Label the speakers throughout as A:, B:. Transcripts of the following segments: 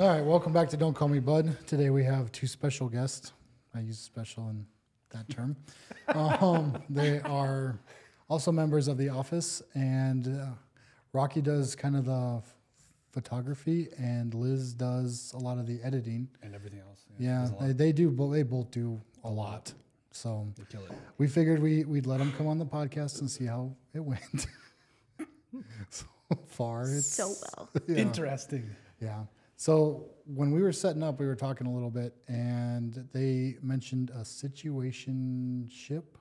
A: All right, welcome back to Don't Call Me Bud. Today we have two special guests. I use special in that term. um, they are also members of the office, and uh, Rocky does kind of the f- photography, and Liz does a lot of the editing.
B: and everything else.
A: Yeah, they, they do, but they both do a lot. So
B: they kill it.
A: we figured we, we'd let them come on the podcast and see how it went. so far, it's
C: so well.
B: Interesting.
A: Yeah. So when we were setting up, we were talking a little bit, and they mentioned a situation ship.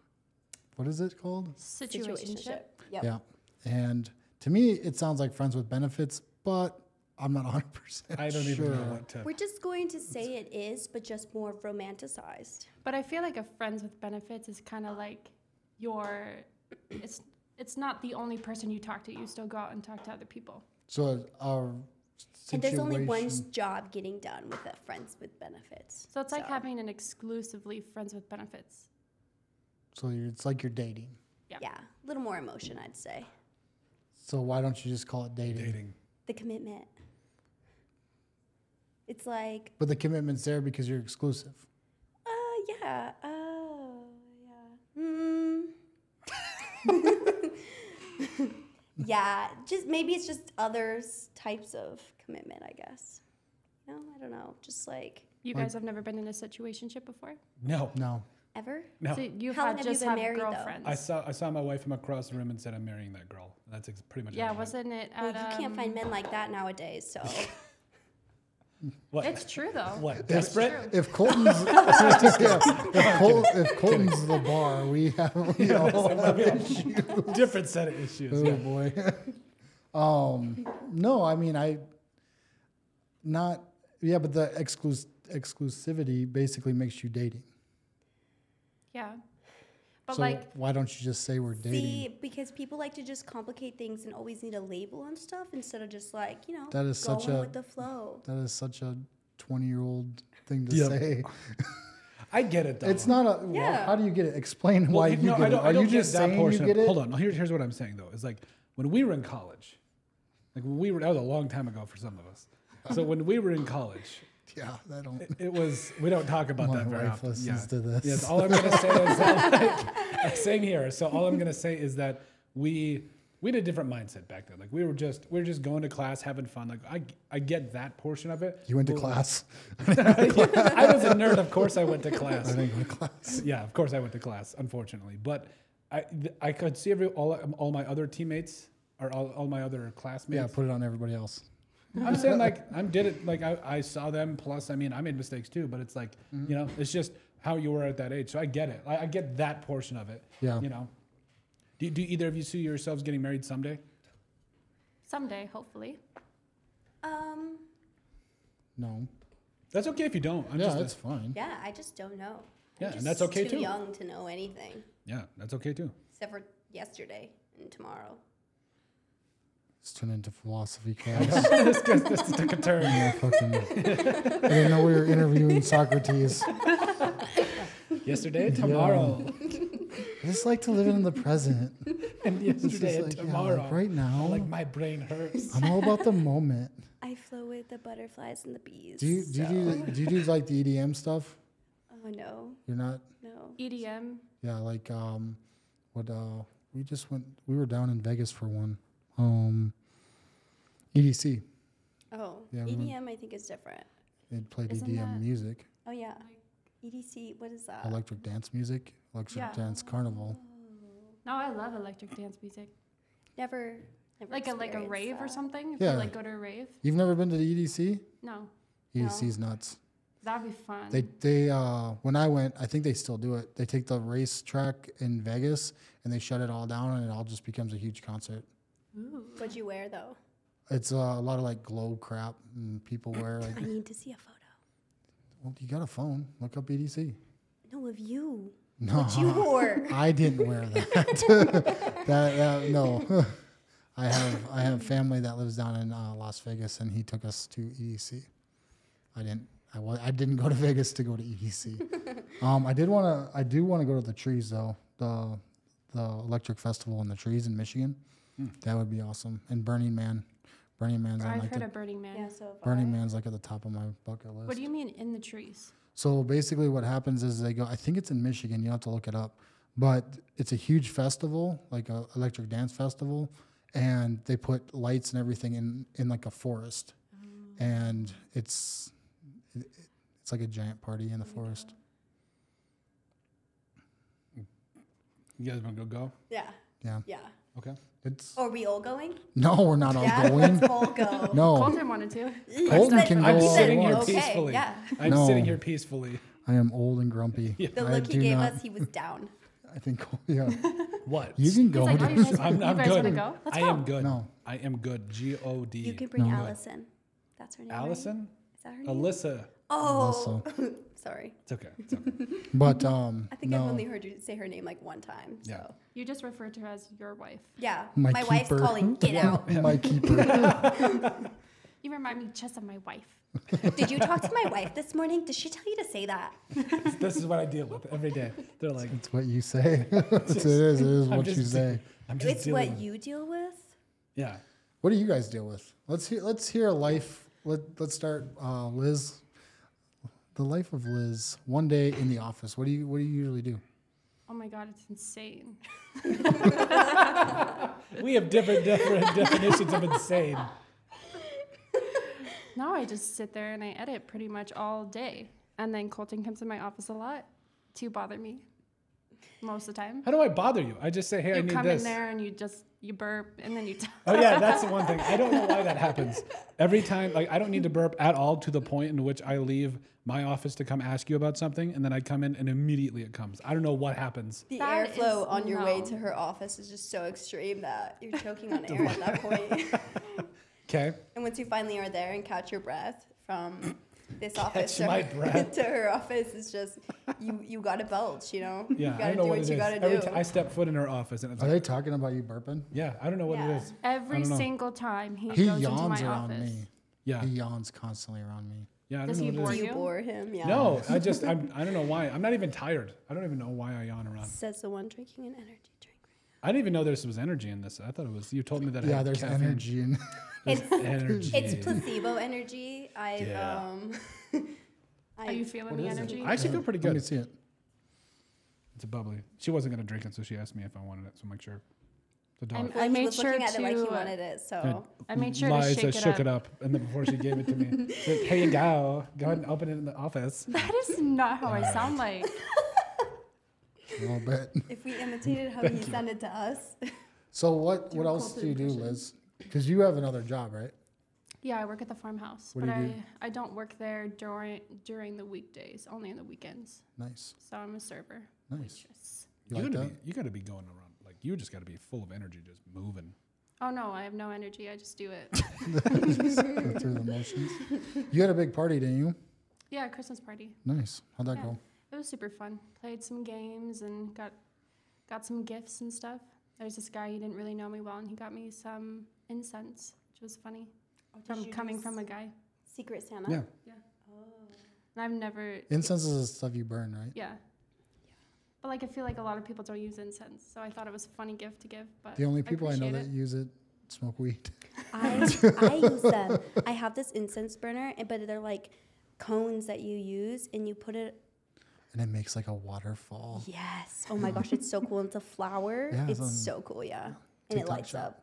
A: What is it called?
C: Situationship.
D: Yep.
A: Yeah. And to me, it sounds like friends with benefits, but I'm not 100 percent.
B: I don't
A: sure.
B: even know what to.
D: We're just going to say it is, but just more romanticized.
E: But I feel like a friends with benefits is kind of like your it's it's not the only person you talk to. You still go out and talk to other people.
A: So our
D: And there's
A: situation.
D: only one s- job getting done with a friends with benefits.
E: So it's like having an exclusively friends with benefits.
A: So you're, it's like you're dating.
D: yeah, a little more emotion, I'd say.
A: So why don't you just call it dating?
B: Dating.
D: The commitment. It's like,
A: But the commitment's there because you're exclusive.
D: uh, yeah, oh, yeah. Mm. yeah, just maybe it's just other types of commitment, I guess. No, I don't know. Just like
E: You
A: Like-
E: guys have never been in a situationship before?
B: No,
A: No.
D: ever.
B: no.
E: So you've
D: How long
E: had
D: have you
E: just
D: been
E: have
D: married, though?
E: girlfriends.
B: I saw I saw my wife from across the room and said, "I'm marrying that girl." That's ex- pretty much.
E: yeah,
B: all I
E: wasn't it
D: Well,
E: at
D: you can't
E: um,
D: find men like that nowadays, so.
B: What?
E: It's true though.
B: what?
A: If,
B: Desperate?
A: if Colton's yeah, if, Col- if Colton's the bar, we have we all
B: Different set of issues.
A: Oh boy. um, no, I mean I. Not yeah, but the exclus- exclusivity basically makes you dating.
E: Yeah. But
A: so
E: like
A: why don't you just say we're dating?
D: See, because people like to just complicate things and always need a label on stuff instead of just like you know
A: That is
D: going
A: such a-
D: with the flow.
A: That is such a twenty-year-old thing to
B: Yep.
A: say.
B: I get it though.
A: It's not a. well,
D: Yeah.
A: how do you get it? Explain why you
B: no,
A: get
B: I don't,
A: it.
B: I
A: Are
B: don't
A: you
B: get
A: just
B: that
A: saying
B: portion
A: you
B: of-
A: get it?
B: Hold on. Here, here's what I'm saying though. Is like when we were in college, like when we were that was a long time ago for some of us. So when we were in college,
A: Yeah, I don't.
B: it was we don't talk about
A: My
B: that very
A: wife
B: often.
A: listens to this.
B: Yes, all I'm gonna say is like, same here. So all I'm gonna say is that we we had a different mindset back then. Like we were just we were just going to class, having fun. Like I I get that portion of it.
A: You went to class.
B: I was a nerd, of course I went to class.
A: I didn't go to class.
B: Yeah, of course I went to class, unfortunately. But I th- I could see every all all my other teammates or all, all my other
A: Yeah,
B: classmates.
A: put it on everybody else.
B: I'm saying like I'm did it like I, I saw them plus I mean I made mistakes too but it's like you know it's just how you were at that age so I get it I, I get that portion of it
A: Yeah.
B: you know do, do either of you see yourselves getting married someday
E: someday, hopefully.
D: Um,
A: No.
B: that's okay if you don't I'm
A: yeah,
B: just
A: that's fine.
D: yeah, I just don't know. I'm
B: Yeah, and
D: just
B: that's okay,
D: too
B: too.
D: young to know anything
B: yeah that's okay too
D: except for yesterday and tomorrow.
A: It's turned into philosophy class.
B: this, goes- this took a turn
A: Yeah, fucking. I didn't know we were interviewing Socrates.
B: yesterday tomorrow
A: I just like to live in the present.
B: and
A: It's
B: yesterday
A: just
B: and
A: like, yeah, like,
B: tomorrow
A: right now,
B: like my brain hurts
A: I'm all about the moment.
D: I flow with the butterflies and the bees.
A: Do you do you
D: so-
A: do, do you do like the EDM stuff?
D: Oh no,
A: You're not.
E: E
D: no.
E: EDM.
A: Yeah, like um, what uh, we just went. We were down in Vegas for one. Um, E EDC.
D: Oh,
A: Yeah, we went-
D: EDM I think is different.
A: They played
E: Isn't
A: EDM
E: that- uh,
A: music,
D: Oh yeah, EDC. What is that?
A: electric dance music, electric
E: Yeah.
A: dance carnival.
E: No, I love electric dance music.
D: Never, never
E: Like a like a
D: experienced
E: rave or
D: that.
E: something. If
A: Yeah.
E: you like go to a rave.
A: You've never been to the E EDC?
E: No.
A: EDC's E nuts.
E: That'd be fun.
A: They they uh when I went, I think they still do it. They take the racetrack in Vegas and they shut it all down, and it all just becomes a huge concert.
E: Ooh.
D: What'd you wear though?
A: It's uh, a lot of like glow crap, and people wear like.
D: I need to see a photo.
A: Well, you got a phone? Look up EDC.
D: No, of you.
A: No,
D: You whore.
A: I didn't wear that. that, that no, I have I have family that lives down in uh, Las Vegas, and he took us to EDC. I didn't. I was, I didn't go to Vegas to go to EDC. um, I did want to. I do want to go to the trees though. The the Electric Festival in the trees in Michigan. That would be awesome. And Burning Man. Burning Man's on
E: I've
A: like
E: heard
A: the,
E: of Burning Man.
D: Yeah, so far.
A: Burning Man's like at the top of my bucket list.
E: What do you mean in the trees?
A: So basically, what happens is they go. I think it's in Michigan. You have to look it up, but it's a huge festival, like a electric dance festival, and they put lights and everything in in like a forest,
D: Oh.
A: and it's it, it's like a giant party
D: Oh
A: in the forest.
B: You guys want to go go?
D: Yeah.
A: Yeah.
D: Yeah.
B: Okay.
A: It's
D: Are we all going?
A: no, we're not all
D: yeah.
A: going.
D: Let's all go.
A: No,
E: Colton wanted to.
A: Colton
D: Said-
A: can
B: I'm
A: go all at
B: sitting here
A: once.
B: peacefully.
D: Okay, yeah.
B: I'm
A: No.
B: sitting here peacefully.
A: I am old and grumpy.
B: Yeah.
D: The
A: I
D: look he
A: do
D: gave
A: not-
D: us, he was down.
A: I think. Yeah,
B: What?
A: you can
E: He's
A: go.
E: like, oh, you
A: dude.
E: guys,
B: I'm, I'm
E: you guys
B: good.
E: want to go? Let's
B: I
E: go.
B: am good.
A: No.
B: I am good. G O D.
D: You can bring
A: No.
D: Allison. That's her name. right?
B: Allison?
D: Is that her name?
B: Alyssa.
D: Oh, sorry.
B: It's okay. It's okay.
A: but um,
D: I think
A: no.
D: I've only heard you say her name like one time. So.
B: Yeah.
D: Yeah.
E: You just referred to her as your wife.
A: My
D: wife's
A: keeper.
D: calling, get out.
A: my keeper.
E: You remind me just of my wife.
D: Did you talk to my wife this morning? Did she tell you to say that?
B: this is what I deal with every day. They're like,
A: It's what you say. it is. It is
B: I'm
A: what you
B: just
A: say.
B: I'm just
D: It's
B: dealing.
D: what
B: with-
D: you deal with.
B: yeah.
A: What do you guys deal with? Let's hear. Let's hear a life. Let Let's start, uh, Liz. The life of Liz. One day in the office. What do you What do you usually do?
E: Oh my god, it's insane.
B: We have different, different definitions of insane.
E: Now I just sit there and I edit pretty much all day. And then Colton comes in my office a lot to bother me most of the time.
B: How do I bother you? I just say, hey, I
E: You
B: need
E: come
B: this.
E: in there and you just you burp and then you talk.
B: Oh yeah, that's the one thing. I don't know why that happens. Every time, like I don't need to burp at all to the point in which I leave my office to come ask you about something, and then I come in and immediately it comes. I don't know what happens.
D: The
E: That
D: airflow
E: is-
D: on your way
E: no.
D: to her office is just so extreme that you're choking on air at that point.
B: Okay,
D: and once you finally are there and catch your breath from this office
B: Catch
D: to
B: my
D: her,
B: breath.
D: to her office, it's just you you gotta belch, you know?
B: yeah,
D: you
B: I
D: gotta
B: don't
D: do
B: know
D: what,
B: what, it is.
D: you gotta
B: Every
D: do.
B: time I step foot in her office, and it's
A: Are
B: like,
A: they talking about you burping?
B: yeah, I don't know what
D: Yeah.
B: it is. I
E: Every
B: don't know.
E: single time he,
A: He
E: goes into
A: yawns
E: my
A: around
E: office.
A: me.
B: Yeah,
A: He yawns constantly around me.
B: yeah, I
E: Does
B: don't
E: he
B: know what
E: bore
B: it
D: do
B: is.
D: you
E: you?
D: bore him? Yeah.
B: No, I just I'm, I don't know why. I'm not even tired. I don't even know why I yawn around.
D: Says the one drinking an energy drink.
B: I didn't even know there was energy in this. I thought it was. You told me that. it
A: yeah,
B: had
A: there's
B: caffeine.
A: energy in.
B: There's
D: It's-
B: energy.
D: It's placebo energy. I
B: Yeah.
D: um. I,
E: Are you feeling the
A: is it?
E: energy?
B: I actually feel pretty
A: Let me
B: good.
A: see it.
B: It's a bubbly. She wasn't gonna drink it, so she asked me if I wanted it. So make sure. The dog.
E: I'm-
D: well,
E: I
D: he
E: made
D: was
E: sure
D: looking at it like he
E: to, uh,
D: wanted it. So
E: I made sure
B: Liza
E: to shake it
B: shook
E: up.
B: it up, and then before she gave it to me, she said, here you go. Go ahead and open it in the office.
E: That is not how I sound like.
A: A little bit.
D: if we imitated how he sounded to us,
A: So what What else do you do, Liz? Because you have another job, right?
E: Yeah, I work at the farmhouse,
A: What do
E: but
A: you
E: I,
A: do?
E: I don't work there during during the weekdays, only on the weekends.
A: Nice.
E: So I'm a server.
A: Nice. You
B: You,
A: like
B: gotta
A: that?
B: be, you gotta be going around. Like, you just gotta be full of energy, just moving.
E: Oh no, I have no energy. I just do it.
A: Go through the motions. You had a big party, didn't you?
E: yeah, Christmas party.
A: Nice. How'd that
E: Yeah.
A: go?
E: It was super fun. Played some games and got got some gifts and stuff. There's this guy he didn't really know me well, and he got me some incense, which was funny from coming from a guy.
D: Secret Santa.
B: Yeah.
E: And I've never
A: Incense is the stuff you burn, right?
E: yeah. But like I feel like a lot of people don't use incense, so I thought it was a funny gift to give. But
A: The only people I, know
E: appreciate
A: that
E: it.
A: use it smoke weed.
D: I, I use them. I have this incense burner, and- but they're like cones that you use, and you put it.
A: And it makes like a waterfall.
D: Yes. Oh my gosh, it's so cool. It's a flower.
A: Yeah, it's
D: it's
A: on
D: so cool. Yeah, and it
A: TikTok
D: lights
A: shop.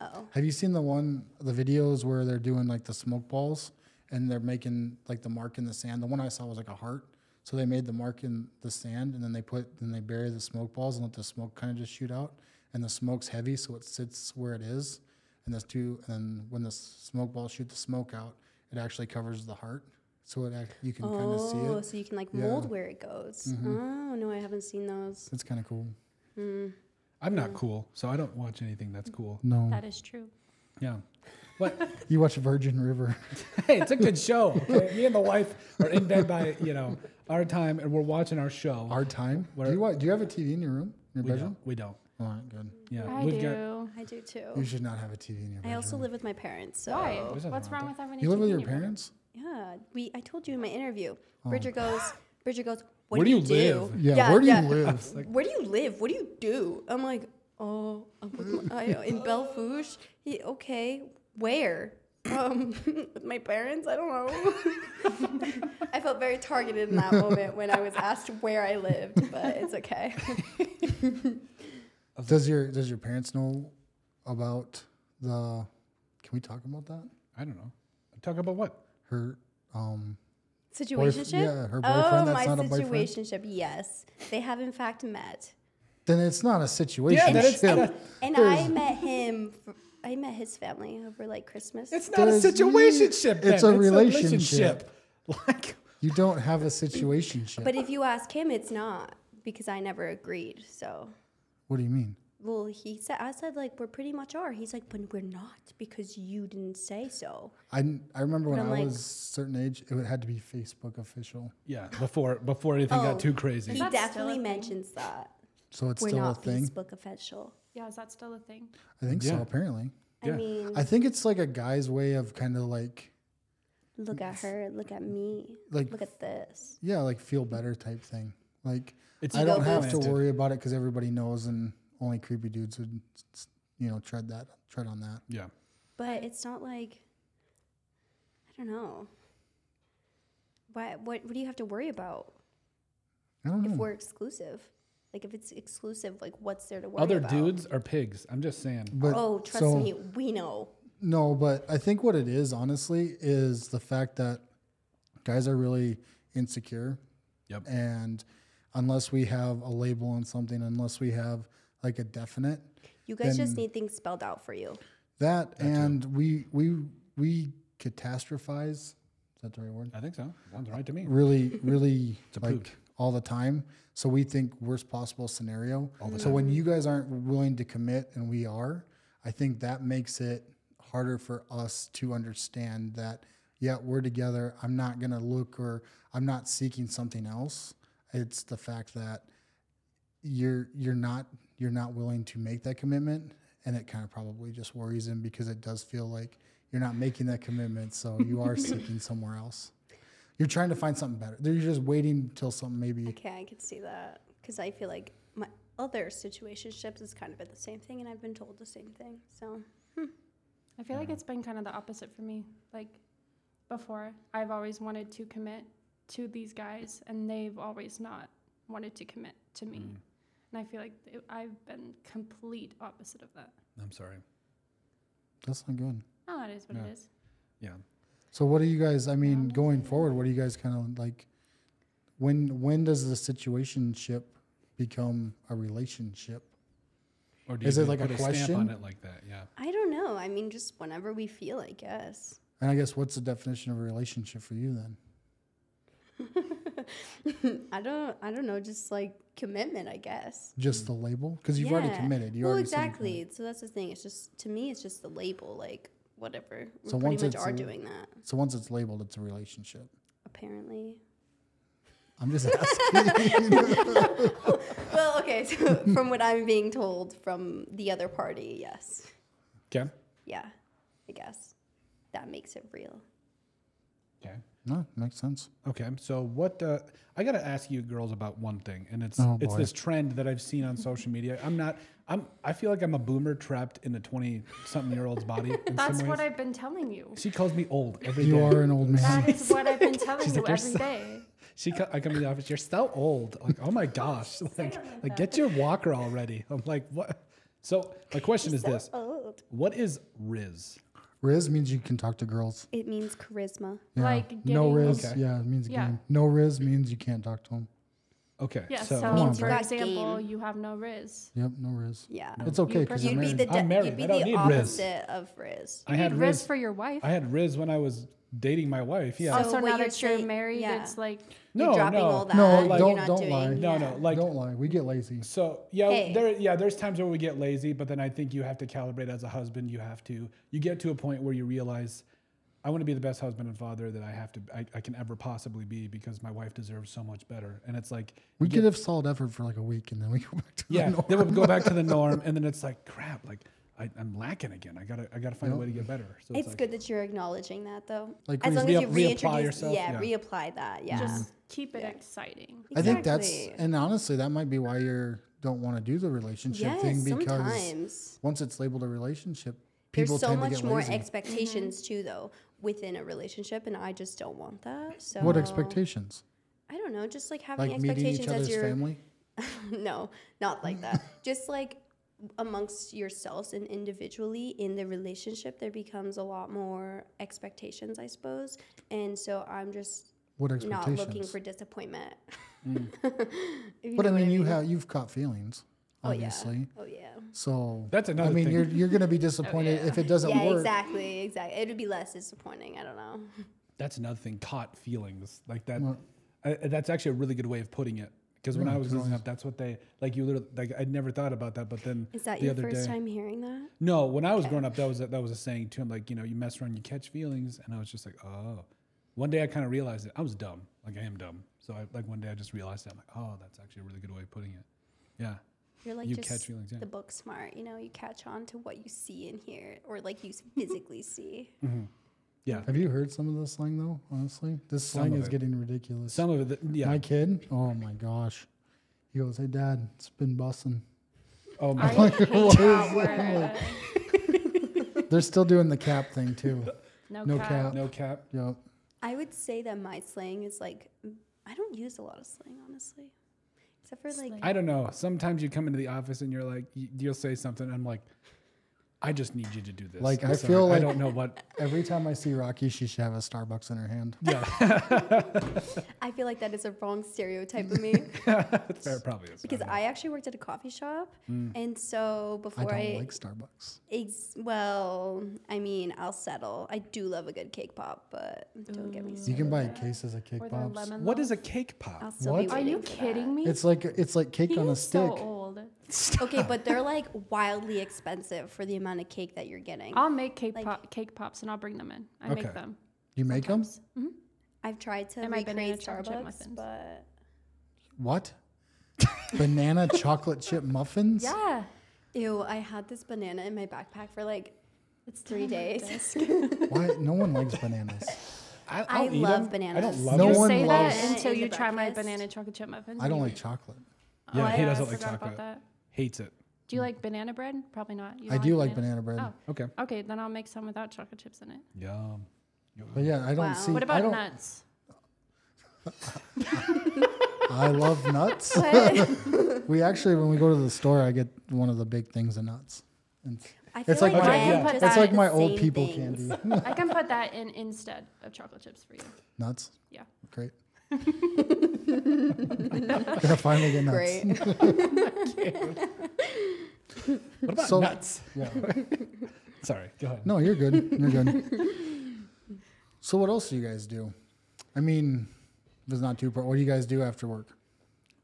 D: up. Oh,
A: Have you seen the one, the videos where they're doing like the smoke balls and they're making like the mark in the sand? The one I saw was like a heart. So they made the mark in the sand and then they put, then they bury the smoke balls and let the smoke kind of just shoot out. And the smoke's heavy, so it sits where it is. And this two, and then when the s- smoke balls shoot the smoke out, it actually covers the heart. So it, act- you can kind of see
D: oh,
A: it.
D: so you can like
A: Yeah. Mm-hmm.
D: mold where it goes. Oh no, I haven't seen those.
A: It's kind of cool.
B: I'm not cool, so I don't watch anything that's cool.
A: No,
E: That is true.
B: Yeah. But
A: you watch Virgin River.
B: hey, it's a good show. okay? Me and the wife are in bed by, you know, our time, and we're watching our show.
A: Our time. Do
B: Where-
A: you, wa- do you have a TV in your room? Your
B: we,
A: bedroom?
B: don't, we don't.
A: All right, good.
B: Yeah.
E: I
B: Uh, we've
E: do.
B: got-
D: I do
A: You
D: too.
A: should not have a TV in your bedroom.
D: Oh. I also live with my parents. So
E: Why?
B: There's nothing
E: What's
B: wrong
E: wrong with having a
A: You live
E: TV
A: with
E: in
A: your
E: room?
A: parents?
D: Yeah, we. I told you in my interview.
A: Oh.
D: Bridger goes. Bridger goes. What
B: Where
D: do you
B: do you
D: do?
B: live?
A: Yeah, where do you live?
D: Like, where do you live? What do you do? I'm like, oh, I'm with my, I, in Belfouche. He, okay, Where? Um, with my parents? I don't know. I felt very targeted in that moment when I was asked where I lived, but it's okay.
A: Does your does your parents know about the? Can we talk about that?
B: I don't know. Talk about what?
A: Her um
D: Situationship?
A: yeah, her boyfriend
D: Oh,
A: that's
D: my
A: not a boyfriend?
D: situationship. Yes, they have in fact met,
A: then it's not a situation.
B: Yeah, that it's not,
D: and I met him. f- I met his family over like Christmas.
B: it's not a
A: Does-
B: situationship. Then.
A: It's a
B: relationship. Like
A: you don't have a situation ship.
D: but if you ask him, it's not because I never agreed. So,
A: What do you mean?
D: well, he said I said like we're pretty much are. He's like, but we're not because you didn't say so.
A: I, n- I remember when
D: I'm
A: I
D: like-
A: was certain age, it would- had to be Facebook official.
B: yeah, before before anything
D: Oh.
B: got too crazy.
D: He
E: that still a
D: definitely
E: thing?
D: mentions that
A: So it's
D: we're
A: still a
D: not
A: thing.
D: Facebook official.
E: Yeah, is that still a thing?
A: I think so.
B: Yeah.
A: Apparently,
B: Yeah.
D: I mean,
A: I think it's like a guy's way of kind of like
D: look at her, look at me,
A: Like-
D: look at this.
A: yeah, like feel better type thing. Like
B: It's
A: I don't have to
B: planted.
A: worry about it because everybody knows, and only creepy dudes would, s- s- you know, tread that tread on that.
B: Yeah.
D: But it's not like I don't know. What what what do you have to worry about
A: I don't
D: if
A: know.
D: we're exclusive? Like if it's exclusive, like what's there to worry
B: Other
D: about?
B: dudes are pigs. I'm just saying.
A: But
D: Oh, trust
A: so-
D: me, we know.
A: No, but I think what it is honestly is the fact that guys are really insecure.
B: Yep.
A: And unless we have a label on something, unless we have like a definite
D: You guys just
A: Then-
D: need things spelled out for you.
A: that, and we we we catastrophize. Is that the right word?
B: I think so. Sounds right to me.
A: Really, really
B: a
A: like
B: poot.
A: all the time. So we think worst possible scenario. so when you guys aren't willing to commit and we are, I think that makes it harder for us to understand that yeah, we're together. I'm not gonna look or I'm not seeking something else. It's the fact that you're you're not you're not willing to make that commitment and it kind of probably just worries him because it does feel like you're not making that commitment so you are seeking somewhere else you're trying to find something better you're just waiting till something maybe
D: Okay, I can see that because I feel like my other situationships is kind of been the same thing, and I've been told the same thing. So
E: I feel like it's been kind of the opposite for me. Like before, I've always wanted to commit to these guys, and they've always not wanted to commit to me.
B: Mm.
E: And I feel like it, I've been complete opposite of that.
B: I'm sorry.
A: that's not good
E: Oh, it is what
B: Yeah.
E: it is.
B: Yeah.
A: so what do you guys i mean going forward what do you guys kind of like when when does the situationship become a relationship
B: Or do
A: Is it
B: even
A: like a
B: put stamp
A: question?
B: on it like that? Yeah.
D: I don't know. I mean, just whenever we feel, I guess.
A: and i guess what's the definition of a relationship for you then
D: I don't. I don't know. Just like commitment, I guess.
A: just the label because you've already
D: Yeah.
A: committed you
D: well,
A: already said you're
D: exactly. So that's the thing. It's just to me, it's just the label. Like whatever. We
A: So once
D: pretty much
A: it's
D: are
A: a-
D: doing that.
A: committed. so once it's labeled it's a relationship
D: Apparently.
A: i'm just asking
D: Well, okay. So from what I'm being told from the other party, yes.
B: Okay.
D: Yeah, I guess that makes it real.
B: Okay.
A: no makes sense
B: Okay, so what uh, I got to ask you girls about one thing, and it's
A: Oh,
B: it's
A: boy.
B: this trend that I've seen on social media. I'm not I'm I feel like I'm a boomer trapped in a 20 something year old's body. In
E: That's
B: some
E: what
B: ways.
E: I've been telling you.
B: She calls me old every day.
A: you are an old man
E: That is what I've been telling you
B: like, "You're
E: every
B: so-
E: day.
B: She co- I come to the office. You're so old. Like oh my gosh. Like like get your walker already. I'm like what? So my question is this:
D: Old.
B: What is Riz?
A: Riz means you can talk to girls.
D: It means charisma.
A: Yeah.
E: Like
A: no
E: getting-
A: Riz,
B: Okay.
A: yeah, it means
E: Yeah.
A: game. No Riz means you can't talk to them.
B: Okay,
E: Yeah,
B: so,
E: so,
A: on,
E: for
D: bro.
E: example,
D: Game.
E: you have no Riz.
A: Yep, no Riz.
D: Yeah.
A: It's okay because you're
D: You'd be
A: married.
D: the
B: I'm
D: de-
B: married.
D: you'd be
B: I don't
D: the
B: need Riz.
D: opposite of Riz.
B: I
E: you
B: had
E: need Riz
B: Riz.
E: for your wife.
B: I had Riz when I was dating my wife. Yeah.
E: Oh,
D: So
E: so
D: what
E: now
D: you're
E: that you're
D: saying-
E: married,
D: yeah.
E: it's like
B: no,
D: you're dropping
B: no,
D: all that.
A: No,
D: you're
A: don't-
D: not
A: don't
D: doing,
A: lie.
B: no,
D: yeah.
B: no. Like
A: Don't lie, we get lazy.
B: So yeah,
D: Hey.
B: there yeah, there's times where we get lazy, but then I think you have to calibrate as a husband. You have to you get to a point where you realize I want to be the best husband and father that I have to I, I can ever possibly be because my wife deserves so much better. And it's like
A: We
B: you
A: could have solid effort for like a week and then we go back to
B: yeah,
A: the norm.
B: then we'll go back to the norm, and then it's like crap, like I, I'm lacking again. I gotta I gotta find a way to get better. So
D: It's
B: like,
D: good that you're acknowledging that, though.
A: Like,
D: as
A: re-
D: long
B: re-
D: as you
B: reapply
D: reintroduce,
B: yourself,
D: yeah,
B: yeah.
D: reapply that, yeah.
E: just keep it exciting.
A: I think that's
D: Exactly.
A: and honestly that might be why you don't want to do the relationship
D: yes,
A: thing because
D: sometimes
A: once it's labeled a relationship, people
D: There's so
A: tend to
D: much
A: get
D: more
A: lazy.
D: expectations too, though, within a relationship, and I just don't want that. So
A: what expectations?
D: I don't know. Just like having
A: Like meeting
D: Oh. expectations
A: each
D: as
A: other's
D: your
A: family?
D: no, not like that. Just like amongst yourselves and individually in the relationship, there becomes a lot more expectations, I suppose. And so I'm just
A: What
D: not
A: expectations? Mm.
D: looking for disappointment. If you
A: but I
D: know what
A: mean, you have you've caught feelings,
D: Oh, yeah.
A: obviously.
D: Oh yeah.
A: So
B: That's
A: I
B: another
A: mean,
B: thing.
A: you're you're gonna be disappointed if it doesn't
D: yeah,
A: work.
D: exactly, exactly. It'd be less disappointing. I don't know.
B: that's another thing caught feelings like that I, that's actually a really good way of putting it because when i was growing up that's what they like you literally like i'd never thought about that but then
D: Is that
B: the
D: your
B: other day
D: first time hearing that?
B: no when i was growing up that was a, that was a saying too i'm like you know you mess around you catch feelings and i was just like oh one day i kind of realized it i was dumb like i am dumb so i like one day i just realized that i'm like oh that's actually a really good way of putting it yeah
D: You're like
B: You
D: just
B: catch feelings, yeah.
D: the book smart. You know, you catch on to what you see and hear, or like you physically see.
B: yeah
A: Have you heard some of this slang though? Honestly, this slang
B: of
A: is
B: it.
A: getting ridiculous.
B: some of it yeah
A: My kid, oh my gosh, he goes, "Hey, Dad, it's been busting."
B: oh my
E: I hate
A: what
E: that
A: is
E: word.
A: They're still doing the cap thing too.
E: No,
A: No
E: cap.
A: cap.
B: no cap
A: Yep.
D: I would say that my slang is like I don't use a lot of slang honestly, except for like
B: I don't know. Sometimes you come into the office and you're like, y- you'll say something. I'm like, I just need you to do this.
A: Like,
B: I'm
A: I feel like-
B: I don't know what.
A: Every time I see Rocky, she should have a Starbucks in her hand.
D: I feel like that is a wrong stereotype of me
B: Fair, it probably is.
D: because I actually worked at a coffee shop, and so
A: I
D: before
A: don't
D: I,
A: like Starbucks.
D: ex- well, I mean I'll settle. I do love a good cake pop, but don't get me
A: You
D: started.
A: can buy cases of cake
E: Or their
A: pops.
E: lemon.
B: What
E: loaf.
B: is a cake pop?
D: I'll still be
A: What?
E: Are you
D: waiting for that.
E: kidding me?
A: It's like it's like cake
E: He
A: on a
E: is
A: stick.
E: so old.
D: Okay, but they're like wildly expensive for the amount of cake that you're getting.
E: I'll make cake
D: Like-
E: pop cake pops and I'll bring them in. I
B: Okay.
E: make them.
A: you make them?
D: I've tried to
E: And my banana
D: recreate
E: chocolate chip
D: Starbucks,
E: muffins.
D: but
A: What? Banana chocolate chip muffins?
E: Yeah.
D: ew, I had this banana in my backpack for like
E: It's
D: three days.
A: Why? No one likes bananas.
B: I,
D: I
B: I'll eat
D: love
B: 'em. I
D: bananas.
B: don't love
A: No
E: you
B: them.
A: one
E: say
A: loves-
E: that until
D: In
E: you
D: the
E: try my
D: breakfast.
E: banana chocolate chip muffins.
A: I don't like chocolate.
E: Oh,
B: Yeah, he
E: I
B: doesn't like
E: forgot about
B: chocolate.
E: that.
B: Hates it.
E: Do you like banana bread? Probably not. You
A: I
E: don't
A: do like
E: bananas?
A: banana bread.
B: Okay.
E: Oh, okay. Then I'll make some without chocolate chips in it.
B: Yum.
A: But yeah, I don't
D: Wow.
A: see.
E: What
A: I
E: about
A: don't,
E: nuts?
A: I love nuts. we actually, when we go to the store, I get one of the big things of nuts. And
D: I feel
A: it's like,
B: like
A: my,
B: I can
A: old-
E: put
A: it's
E: that
A: like
D: in
A: my
D: the
A: old
D: same
A: people
D: things.
A: candy.
E: I can put that in instead of chocolate chips for you.
A: nuts.
E: Yeah.
A: Great. Gonna finally get nuts.
D: Great.
B: What about
A: So-
B: nuts?
A: Yeah.
B: Sorry. Go ahead.
A: No, you're good. You're good. so what else do you guys do? I mean, if it's not too. pro- What do you guys do after work?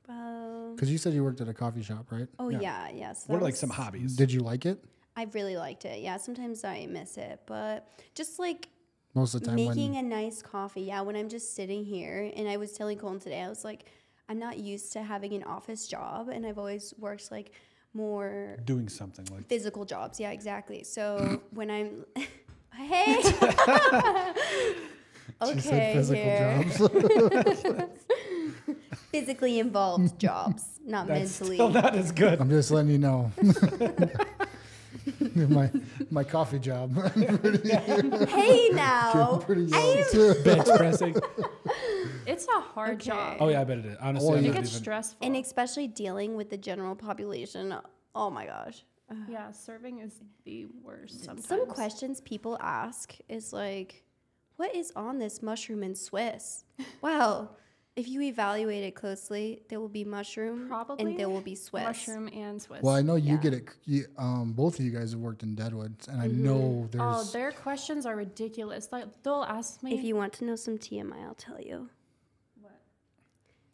D: Well,
A: Because you said you worked at a coffee shop, right?
D: oh
B: Yeah.
D: yeah, yes. yeah. so
B: What
D: that
B: are like some
D: was-
B: hobbies?
A: Did you like it?
D: I really liked it. Yeah, sometimes I miss it, but just like
A: Most of the time,
D: making
A: when
D: a nice coffee. Yeah, when I'm just sitting here, and I was telling Colin today, I was like, I'm not used to having an office job, and I've always worked like more
B: Doing something like
D: physical jobs. Yeah, exactly. So when I'm, hey,
A: she said
D: okay,
A: physical
D: here.
A: jobs.
D: physically involved jobs, not
B: that's
D: mentally.
B: still not as good.
A: I'm just letting you know. my my coffee job.
D: hey now,
A: Pretty
D: Oh, I
A: young.
B: Bench pressing.
E: It's a hard job.
D: Okay.
B: Oh yeah, I bet it is. Honestly,
A: Or
B: I'm
A: you
E: It
B: not
E: gets
B: even-
E: stressful.
D: and especially dealing with the general population. Oh my gosh.
E: yeah, serving is the worst sometimes.
D: Some questions people ask is like, what is on this mushroom in Swiss? Well, if you evaluate it closely, there will be mushroom
E: Probably
D: and there will be Swiss.
E: Mushroom and Swiss.
A: Well, I know you
D: Yeah.
A: get it. You, um, both of you guys have worked in Deadwood, and I
D: Mm-hmm.
A: know
E: Oh,
A: there's.
E: their questions are ridiculous. Like they'll ask me
D: If you want to know some TMI, I'll tell you.
E: Mm-hmm. What?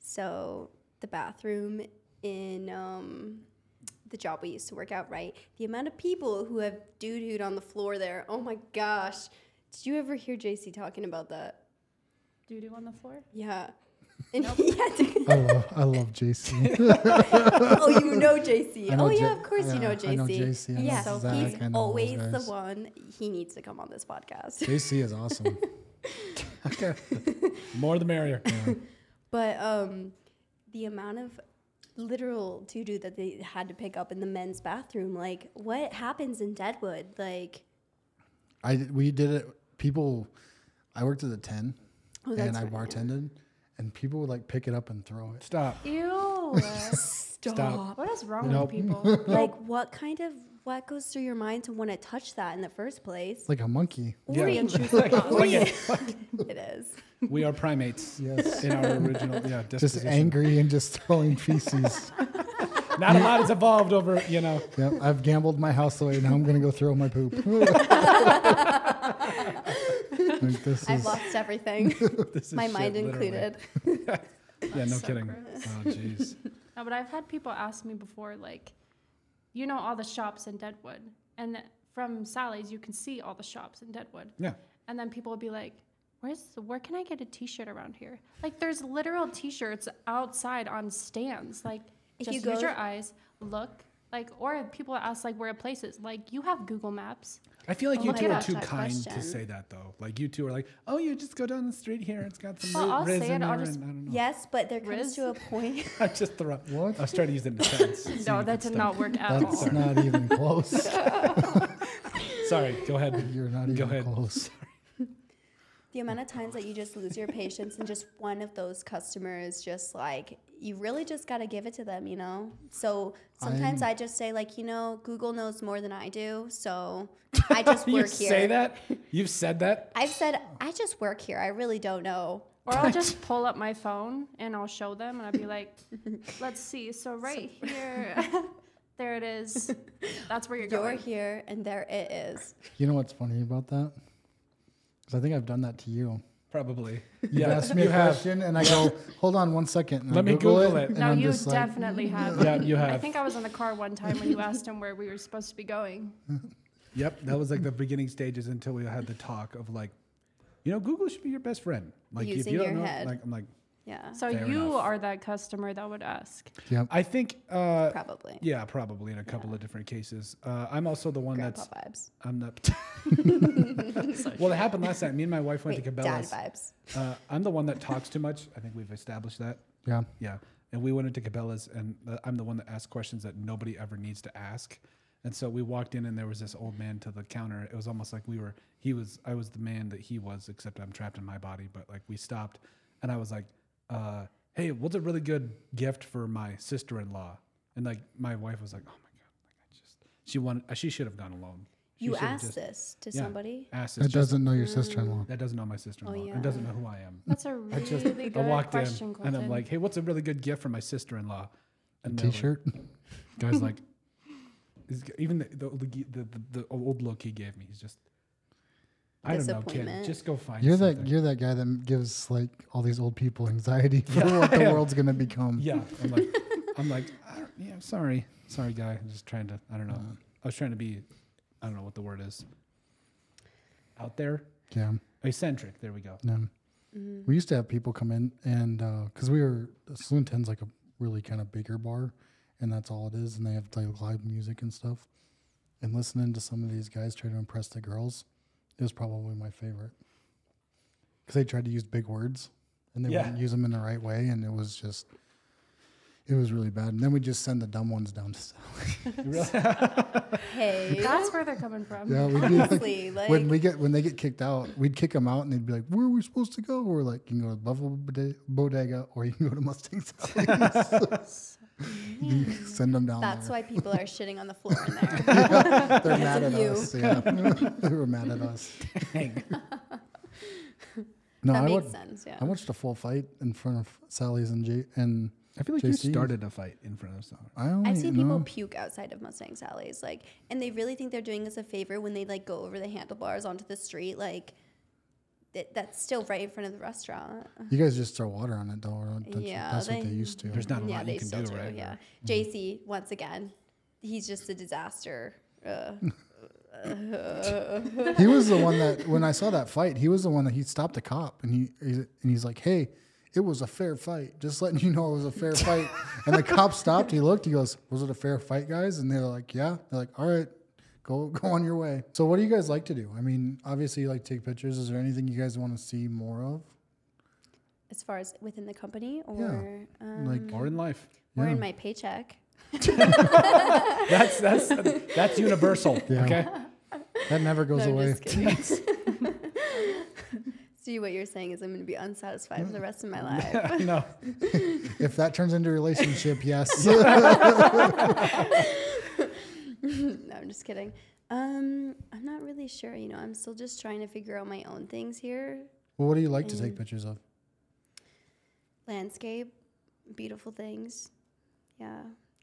D: So the bathroom in um, the job we used to work out, right? The amount of people who have doo dooed on the floor there. Oh my gosh. Did you ever hear JC talking about that?
E: doo doo on the floor.
D: Yeah. And he had to
A: I love I love JC.
D: oh, you know JC.
A: I know
D: oh, yeah,
A: J-
D: of course you
A: yeah,
D: know
A: I know
D: JC.
A: JC, I know
D: yeah,
A: Zach,
D: he's
A: I know those
D: always the
A: guys.
D: one. He needs to come on this podcast.
A: JC is awesome.
B: More the merrier.
D: But um, the amount of literal to do that they had to pick up in the men's bathroom, like what happens in Deadwood? Like
A: I did- we did it. People, I worked at the ten,
D: Oh,
A: and
D: that's
A: I
D: right, yeah.
A: bartended, and people would like pick it up and throw it.
B: Stop.
E: Ew.
D: Stop.
E: what is wrong
A: Nope.
E: with people?
D: Like, what kind of what goes through your mind to want to touch that in the first place?
A: Like a monkey.
B: Yeah.
D: Or even-
B: Like it.
D: it is.
B: We are primates.
A: Yes.
B: In our original, yeah,
A: Just
B: disposition.
A: angry and just throwing feces.
B: Not a lot has evolved over, you know.
A: yep. I've gambled my house away. Now I'm gonna go throw my poop. Like, this
D: I've
A: is
D: lost everything,
B: This is
D: my mind
B: shit, literally.
D: included.
B: Yeah, no
E: That's so
B: kidding.
E: gross.
B: Oh, jeez.
E: No, but I've had people ask me before, like, you know, all the shops in Deadwood, and th- from Sally's you can see all the shops in Deadwood,
B: Yeah.
E: and then people will be like, "Where's where can I get a T-shirt around here?" Like, there's literal T-shirts outside on stands. Like,
D: If
E: just
D: you
E: use
D: go-
E: your eyes, look. Like, or people ask like where a place is. Like, you have Google Maps.
B: I feel like
E: Oh
B: you
E: my
B: two are
E: God,
B: too
D: that
B: kind to
D: question.
B: say that though. Like you two are like, oh, you just go down the street here. It's got some
E: Well,
B: ri-
E: I'll say
B: riz
E: it,
B: in there.
E: I'll
B: and
E: just-
B: I don't know.
D: Yes, but there comes
E: Riz?
D: to a point.
B: I just throw.
A: What?
B: I was trying to use it in a sentence. see
E: No,
B: if
E: that
B: it
E: did
B: stuck.
E: not work at all.
A: that's not even close.
B: Sorry. Go ahead.
A: You're not
B: Go
A: even
B: ahead.
A: close.
D: The amount of times that you just lose your patience and just one of those customers just like you really just got to give it to them, you know? So sometimes i just say like, you know, Google knows more than I do, so I just
B: you
D: work here.
B: say that? You've said that?
D: I've said I just work here. I really don't know.
E: Or I'll just pull up my phone and I'll show them and I'll be like, let's see. So right here, there it is. That's where you're
D: You're
E: going.
D: here and there it is.
A: You know what's funny about that? Because I think I've done that to you.
B: Probably.
A: You
B: Yeah,
A: ask me
B: you
A: a
B: have.
A: question, and I go, "Hold on one second. and I
B: Let me Google it.
A: and
E: No,
A: I'm
E: you
A: just like, "Mm,
E: definitely have.
B: Yeah, you
E: I
B: have.
E: think I was in the car one time when you asked him where we were supposed to be going.
B: Yep, that was like the beginning stages until we had the talk of like, you know, Google should be your best friend. Like
D: Using
B: if you don't
D: your
B: know,
D: head.
B: like I'm like,
D: Yeah.
E: So
B: Fair
E: you
B: enough.
E: are that customer that would ask.
A: Yep.
B: I think, uh,
D: Probably.
B: yeah, probably in a couple of different cases. Uh, I'm also the one
D: Grandpa
B: that's
D: vibes.
B: I'm not. well, it happened last night. Me and my wife went
D: Wait,
B: to
D: dad
B: Cabela's.
D: vibes.
B: Uh, I'm the one that talks too much. I think we've established that.
A: Yeah.
B: Yeah. And we went into Cabela's, and uh, I'm the one that asks questions that nobody ever needs to ask. And so we walked in, and there was this old man to the counter. It was almost like we were, he was, I was the man that he was, except I'm trapped in my body. But like we stopped, and I was like, uh, hey, what's a really good gift for my sister in law? And like my wife was like, oh my God, like I just, she wanted, uh, she should have gone alone. She
D: You
B: should have
D: asked
B: just
D: this to
B: yeah,
D: somebody?
B: Asked
A: That
B: this. Just, Mm.
A: doesn't know your sister-in-law.
B: that doesn't know my sister in law.
D: yeah.
B: It doesn't know who I am.
E: That's a Oh, really
B: Just
E: good
B: I walked
E: question,
B: in
E: Colton.
B: and I'm like, "Hey, what's a really good gift for my sister-in-law?" And they're like-
A: T-shirt.
B: guys, like, is- even the the, the the the the old look he gave me, he's just, I don't know, kid,
D: Disappointment.
B: just go find.
A: You're
B: something.
A: that. You're that guy that gives like all these old people anxiety for what the world's gonna become.
B: yeah, I'm like, I'm like, I don't- yeah, I'm sorry, sorry, guy. I'm just trying to, I don't know. I was trying to be, I don't know what the word is. Out there,
A: Yeah.
B: eccentric. There we go.
A: No. We used to have people come in and because we were Saloon 10's like a really kind of bigger bar, and that's all it is, and they have like live music and stuff. And listening to some of these guys try to impress the girls is probably my favorite because they tried to use big words and they
B: Yeah.
A: wouldn't use them in the right way, and it was just it was really bad. And then we just send the dumb ones down to Sally.
D: Hey.
E: that's where they're coming from.
A: Yeah, we'd be like,
D: Honestly, like,
A: when we get when they get kicked out, we'd kick them out, and they'd be like, "Where are we supposed to go?" We're like, "You can go to Buffalo Bode- Bodega, or you can go to Mustang's." you send them down
D: that's
A: there.
D: why people are shitting on the floor in there.
A: They're mad at
D: of you.
A: us. Yeah, they were mad at us.
B: Dang.
A: No,
D: that
A: I,
D: makes
A: wa-
D: sense. Yeah.
A: I watched a full fight in front of Sally's and J- and
B: I feel like
A: JC.
B: you started a fight in front of someone.
A: I only
D: I've seen
A: no,
D: people puke outside of Mustang Sally's, like, and they really think they're doing us a favor when they like go over the handlebars onto the street, like, that that's still right in front of the restaurant.
A: You guys just throw water on it, though. or don't you?
D: Yeah,
A: that's what they
D: they-
A: used to.
B: There's not a
D: yeah,
B: lot
D: they
B: you can
D: still
B: do,
D: do.
B: right? Mm-hmm.
D: Yeah, JC once again, he's just a disaster. Uh,
A: he was the one that when I saw that fight, he was the one that he stopped a cop and he he- and he's like, "Hey, it was a fair fight. Just letting you know it was a fair fight." And the cop stopped. He looked. He goes, "Was it a fair fight, guys?" And they're like, "Yeah." They're like, "All right, go go on your way." So, what do you guys like to do? I mean, obviously, you like to take pictures. Is there anything you guys want to see more of?
D: as far as within the company, or um,
A: Like,
B: Or in life.
D: or
A: yeah.
D: in my paycheck.
B: That's that's that's universal.
A: Yeah.
B: Okay.
A: That never goes
D: No, I'm
A: away.
D: just kidding. See, what you're saying is I'm going to be unsatisfied for the rest of my life.
B: no,
A: If that turns into a relationship, yes.
D: no, I'm just kidding. Um, I'm not really sure. You know, I'm still just trying to figure out my own things here.
A: Well, what do you like to take pictures of?
D: Landscape, beautiful things. Yeah.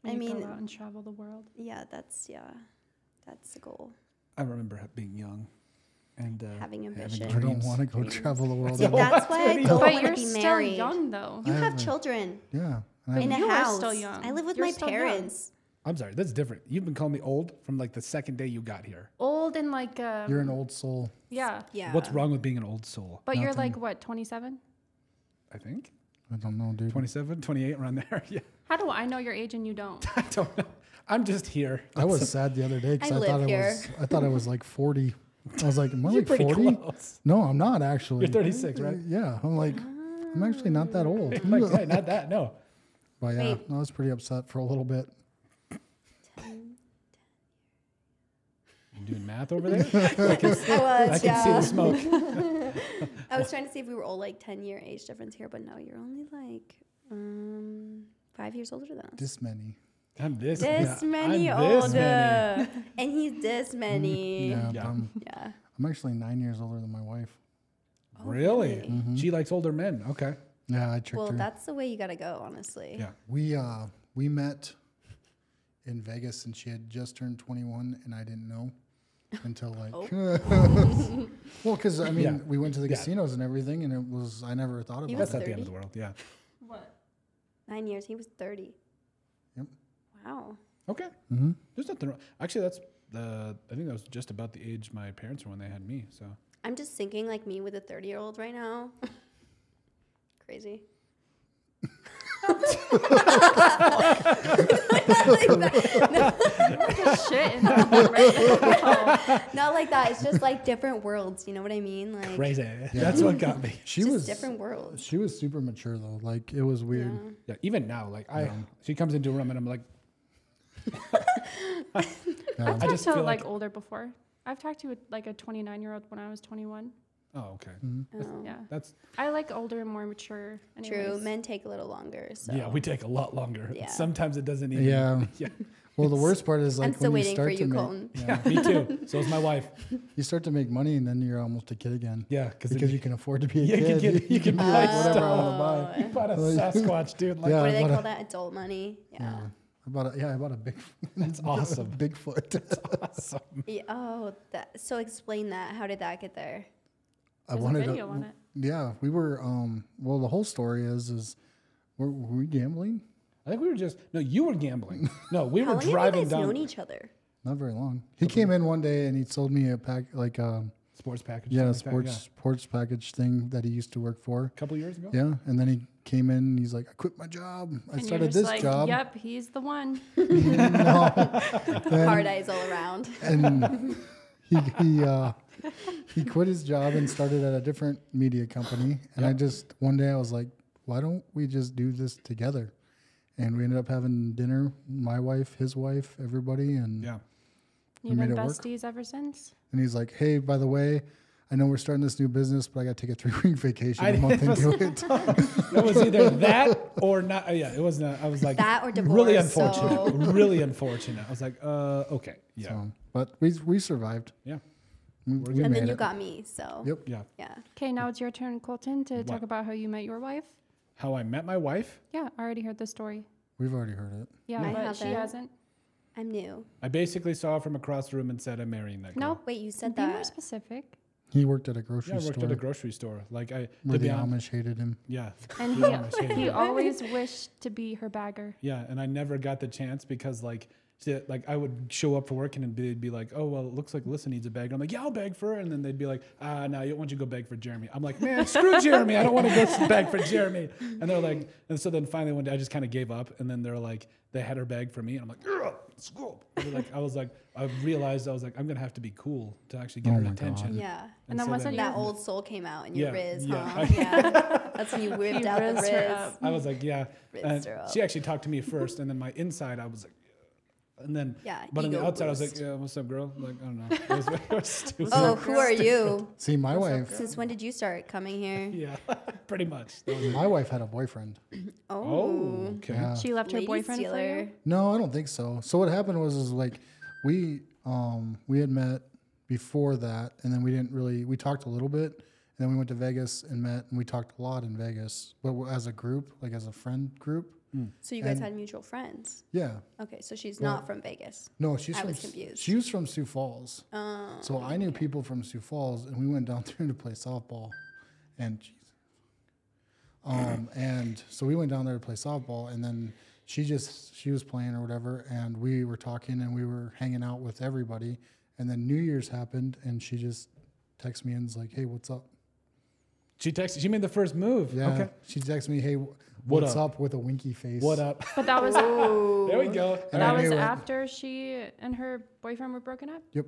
D: I
E: When you
D: mean,
E: go out and travel the world.
D: yeah, that's yeah, that's the goal.
B: I remember ha- being young and uh,
D: Having
A: I
D: ambition.
B: dream.
A: don't
B: Dreams.
A: want to go
D: Dreams.
A: travel the world.
D: See,
A: ever.
D: that's why I
B: But
D: don't
E: but
D: want to
E: you're
D: be
E: still
D: married.
E: young, though.
D: You
A: I
D: have
A: haven't.
D: children
A: Yeah. and I-
D: in a
E: you are
D: house.
E: still young.
D: I live with
E: You're
D: my
E: still young.
D: parents.
B: I'm sorry, that's different. You've been calling me old from like the second day you got here.
E: Old and like, um,
A: you're an old soul.
E: yeah.
D: Yeah.
B: What's wrong with being an old soul?
E: But you're like, what, 27?
B: I think
A: I don't know, dude.
B: 27, 28, around there. yeah,
E: How do I know your age and you don't?
B: I don't know. I'm just here.
A: I was sad the other day because
D: I
A: I, thought
D: live
A: it
D: here.
A: was. I thought I was like 40. I was like, am I
B: You're
A: like
B: pretty
A: 40?
B: close.
A: No, I'm not actually. Uh,
B: You're 36, right?
A: Yeah, I'm like, I'm actually
D: Um,
A: not that old.
B: like, yeah, not that. No.
A: But yeah,
D: Wait.
A: I was pretty upset for a little bit.
B: You doing math over there?
D: I was,
B: I can
D: yeah.
B: see the smoke.
D: I was trying to see if we were all like 10 year age difference here, but no, you're only like um, five years older than us.
A: This many.
B: I'm this.
D: This
B: yeah,
D: many
B: I'm this
D: older.
B: many. Mm,
D: and he's this many.
A: Yeah,
B: Yeah.
A: I'm,
D: Yeah.
A: I'm actually nine years older than my wife.
B: Really?
D: really?
B: She likes older men. Okay.
A: Yeah, I tricked
D: Well,
A: her.
D: that's the way you got to go, honestly.
B: Yeah.
A: We uh we met in Vegas and she had just turned 21 and I didn't know until like
D: Oh.
A: well because I mean
B: Yeah.
A: we went to the
B: Yeah.
A: casinos and everything and it was I never thought about
D: He
B: That's
A: it.
B: not
D: was-
B: the end of
D: 30?
B: the world. Yeah.
E: What?
D: Nine years. He was 30.
A: Yep.
D: Wow.
B: Okay.
A: Mm-hmm.
B: There's nothing wrong. Actually, that's the. I think that was just about the age my parents were when they had me. So
D: I'm just thinking like me with a 30 year old right now. Crazy.
E: Shit. in the world, right? Oh,
D: Not like that. It's just like different worlds. You know what I mean? Like
B: crazy. That's what got me.
A: She
D: just
A: was
D: different worlds.
A: she was super mature though like it was
D: Yeah.
A: weird.
B: Yeah. Even now, like I, she comes into a room and I'm like,
E: I've
B: I
E: talked
B: just
E: to
B: feel
E: like,
B: like-
E: older before. I've talked to like a 29 year old when I was 21.
B: oh, okay.
D: Oh.
E: Yeah.
B: That's
E: I like older and more mature. Anyways.
D: True. Men take a little longer. So
B: yeah. We take a lot longer.
D: Yeah.
B: Sometimes it doesn't even.
A: Yeah.
B: Yeah.
A: Well, the worst part is like
D: I'm still
A: when you
D: waiting
A: start
D: for you,
A: to make
D: Colton.
B: Yeah, me too. So is my wife.
A: you start to make money and then you're almost a kid again.
B: Yeah, cause
A: Because you can afford to be a
B: Yeah, you
A: kid.
B: can get- you can
A: be
B: buy
A: like
B: stuff.
A: whatever I want to buy.
D: Oh.
B: you bought a Sasquatch, dude. Like
A: Yeah.
D: What do they
A: what
D: call
A: a-
D: that? Adult money. Yeah.
A: Yeah. I bought a, yeah, I bought a big
B: that's awesome.
A: Bigfoot.
B: awesome.
D: Yeah, Oh, that, so explain that. How did that get there?
A: I
E: There's a
A: wanted
E: video
A: to,
E: on it.
A: Yeah, we were. Um, well, the whole story is is were, were we gambling?
B: I think we were just no. You were gambling. No, we
D: How
B: were
D: long have you
B: driving
D: guys known
B: down
D: each other?
A: Not very long. He came in one day and he sold me a pack like um
B: sports package.
A: yeah
B: something like that,
A: sports sports package thing that he used to work for.
B: A couple years ago.
A: Yeah, and then he came in and he's like, I quit my job. I
E: And you're
A: started
E: just
A: this
E: like,
A: job.
E: Yep, he's the one.
D: Hard eyes all around.
A: and he he uh, he quit his job and started at a different media company. And I just one day I was like, why don't we just do this together? And we ended up having dinner, my wife, his wife, everybody, and
B: Yeah.
E: You've
A: made
E: been
A: it work.
E: besties ever since.
A: and he's like, hey, by the way, I know we're starting this new business, but I got to take a three week vacation
B: I-
A: a month into it.
B: It was either that or not. uh, Yeah, it was not. I was like
D: That or
B: Really
D: divorce,
B: unfortunate.
D: so-
B: Really unfortunate. I was like, uh, okay, yeah,
A: So, but we we survived.
B: yeah,
A: We, we
D: and
A: made
D: then you
A: it.
D: got me, so
A: Yep.
B: yeah.
D: yeah.
E: Okay, now it's your turn, Colton, to
B: What?
E: talk about how you met your wife.
B: How I met my wife.
E: Yeah, I already heard the story.
A: We've already heard it.
E: Yeah,
D: I
E: but she
D: haven't.
E: hasn't.
D: I'm new.
B: I basically saw her from across the room and said, "I'm marrying that girl."
E: No,
D: Wait, you said
E: be more
D: that.
E: specific.
A: He worked at a grocery
B: Yeah, I worked
A: store
B: at a grocery store. Like I,
A: where
B: to
A: the
B: be honest,
A: Amish hated him.
B: yeah,
E: And
B: Yeah, I'm
E: he,
B: ashamed.
E: he always wished to be her bagger.
B: yeah, and I never got the chance because like. she- Like I would show up for work and they'd be like, "Oh well, it looks like Lissa needs a bag." I'm like, "Yeah, I'll bag for her," and then they'd be like, "Ah, no, you, why don't you go bag for Jeremy?" I'm like, "Man, screw Jeremy! I don't want to go bag for Jeremy." And they're like, and so then finally one day I just kind of gave up, and then they're like, they had her bag for me, and I'm like, "Ugh, "School!" I was like, I was like, I realized I was like, I'm gonna have to be cool to actually get
A: Oh
B: her
A: my
B: attention.
A: God.
D: Yeah.
E: And then once
B: then-
E: I
D: That
E: knew-
D: old soul came out in your
B: Yeah,
D: Riz,
B: yeah.
D: huh? Yeah. That's when you whipped out the
E: rizzed her
D: Riz.
E: up.
B: I was like, yeah.
D: Rizzed
B: And
D: her up.
B: she actually talked to me first, and then my inside, I was like, And then,
D: Yeah.
B: but on the
D: ego
B: outside, I was
D: boost.
B: like, yeah, what's up, girl? Like, I don't know. It was- it was stupid.
D: oh, who are you?
A: See, my wife,
D: Since when did you start coming here?
B: Yeah, pretty much. That was it.
A: my wife had a boyfriend.
B: Oh,
D: Oh,
B: okay.
A: Yeah.
E: She left her
D: Lady
E: boyfriend for
D: stealer.
E: you.
A: No, I don't think so. So what happened was is like we um we had met before that and then we didn't really we talked a little bit and then we went to Vegas and met and we talked a lot in Vegas but w- as a group like as a friend group
B: Hmm.
D: So you guys had mutual friends.
A: yeah
D: Okay, so she's not from Vegas.
A: no she's
D: I
A: from
D: was
A: S-
D: confused.
A: she was from Sioux Falls
D: Um,
A: so I knew people from Sioux Falls and we went down there to play softball and jeez. um and so we went down there to play softball and then she just she was playing or whatever and we were talking and we were hanging out with everybody and then new year's happened and she just texts me and is like hey what's up
B: She texted. She made the first move.
A: yeah
B: Okay.
A: she texts me hey what's
B: up?
A: up? with a winky face
B: What up?
E: But that was
B: there we go.
A: And I
E: that was
A: knew it.
E: after she and her boyfriend were broken up.
A: Yep.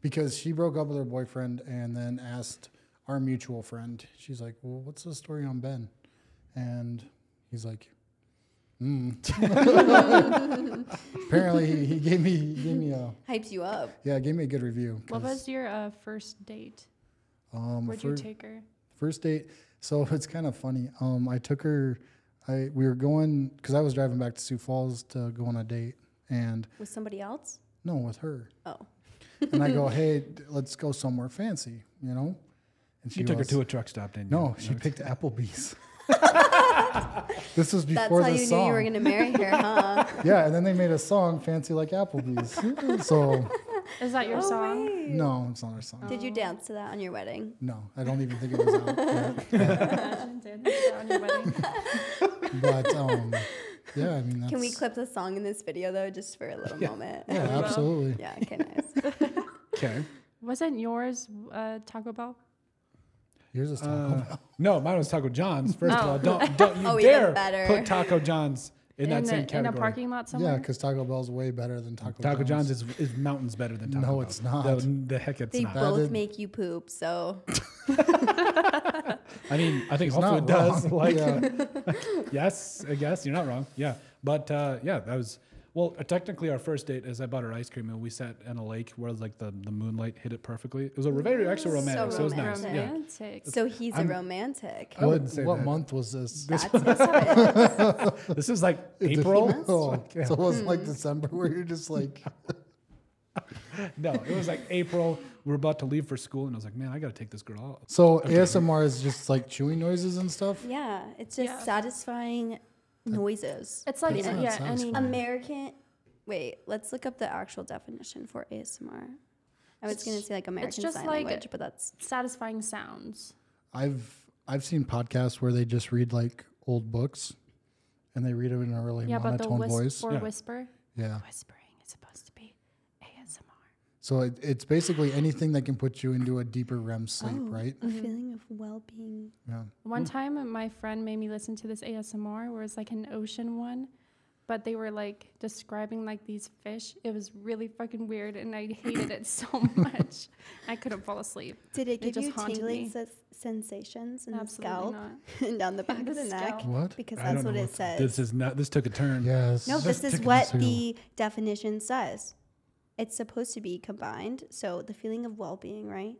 A: Because she broke up with her boyfriend and then asked our mutual friend, she's like, Well, what's the story on Ben? And he's like, Hmm. Apparently he, he gave me he gave me a
D: hypes you up.
A: yeah, gave me a good review.
E: What
A: 'cause,
E: was your uh, first date?
A: um
E: Where'd
A: fir-
E: you take her?
A: first date so it's kind of funny um i took her i we were going because i was driving back to sioux falls to go on a date and
D: With somebody else?
A: no with her
D: Oh.
A: and i go hey d- let's go somewhere fancy you know and
B: You took her
A: was-
B: to a truck stop, didn't you?
A: No, she picked Applebee's. this was
D: That's
A: before
D: how
A: the
D: you
A: song.
D: knew you were going to marry her, huh?
A: yeah, and then they made a song, "Fancy Like Applebee's." so
E: Is that your
D: Oh,
E: song?
A: no, it's not our song.
D: Did you dance to that on your wedding?
A: No, I don't even think it was out. yet.
E: Imagine, dude, that's on your wedding.
A: But um, yeah, I mean, that's,
D: Can we clip the song in this video, though, just for a little moment?
A: Yeah, absolutely.
D: Yeah, okay, nice.
B: Okay.
E: Wasn't yours uh, Taco Bell?
A: Here's a song.
B: Uh, no, mine was Taco John's. First of
E: Oh.
B: all, don't don't you
D: Oh, even
B: dare
D: better.
B: put Taco John's in, that
E: the,
B: same
E: in a
B: category.
E: parking lot
A: yeah,
E: somewhere?
A: because Taco Bell's way better than Taco.
B: Taco John's is, is mountains better than Taco
A: No,
B: Bell.
A: it's not.
B: No, The, heck it's
D: They
B: not.
D: both
A: did-
D: make you poop, so
B: I mean, I think
A: It's
B: hopefully
A: not
B: it does.
A: wrong.
B: Like,
A: Yeah.
B: yes, I guess you're not wrong. Yeah, but uh, yeah, that was well. uh, Technically, our first date is I bought her ice cream and we sat in a lake where like the, the moonlight hit it perfectly. It was a very
D: Mm,
B: actually romantic, so, it was nice. Yeah,
E: Romantic.
D: so he's
B: I'm-
D: a romantic.
B: I
A: what
B: wouldn't say
A: what
B: that.
A: month was this?
D: That's different.
B: this is like April.
A: Oh,
B: It's like,
A: so it wasn't
D: Hmm.
A: like December where you're just like,
B: yeah. No, it was like April. We were about to leave for school, and I was like, man, I got to take this girl out.
A: so ASMR is just like chewing noises and stuff.
D: yeah, it's just
E: Yeah.
D: satisfying noises.
E: It's like,
A: That's
E: uh,
A: not
E: yeah, any.
A: satisfying.
D: American. Wait, let's look up the actual definition for ASMR. I was going to say like American
E: just
D: Sign
E: like-
D: Language, but that's
E: satisfying sounds.
A: I've I've seen podcasts where they just read like old books, and they read them in a really
E: Yeah, but the
A: monotone
E: whisper
A: voice.
E: or
B: Yeah.
E: whisper.
A: Yeah.
E: Whispering is supposed to be ASMR.
A: So it, it's basically anything that can put you into a deeper REM sleep,
E: Oh.
A: right?
D: Oh. a
E: Mm-hmm.
D: feeling of well-being.
A: Yeah.
E: One time, my friend made me listen to this ASMR where it's like an ocean one, but they were like describing like these fish. It was really fucking weird, and I hated it so much. I couldn't fall asleep.
D: Did it give
E: just
D: you
E: haunted
D: tingling
E: me.
D: sens- sensations in
E: Absolutely
D: the scalp
E: not.
D: and down the back
E: The
D: of the neck?
E: scalp.
A: What?
D: Because
B: I
D: that's
B: don't
D: what
B: know
D: it
B: what's-
D: says.
B: This is not. This took a turn.
A: Yes.
D: no, this is
A: Tickle
D: what
A: signal.
D: the definition says. It's supposed to be combined. So the feeling of well-being, right,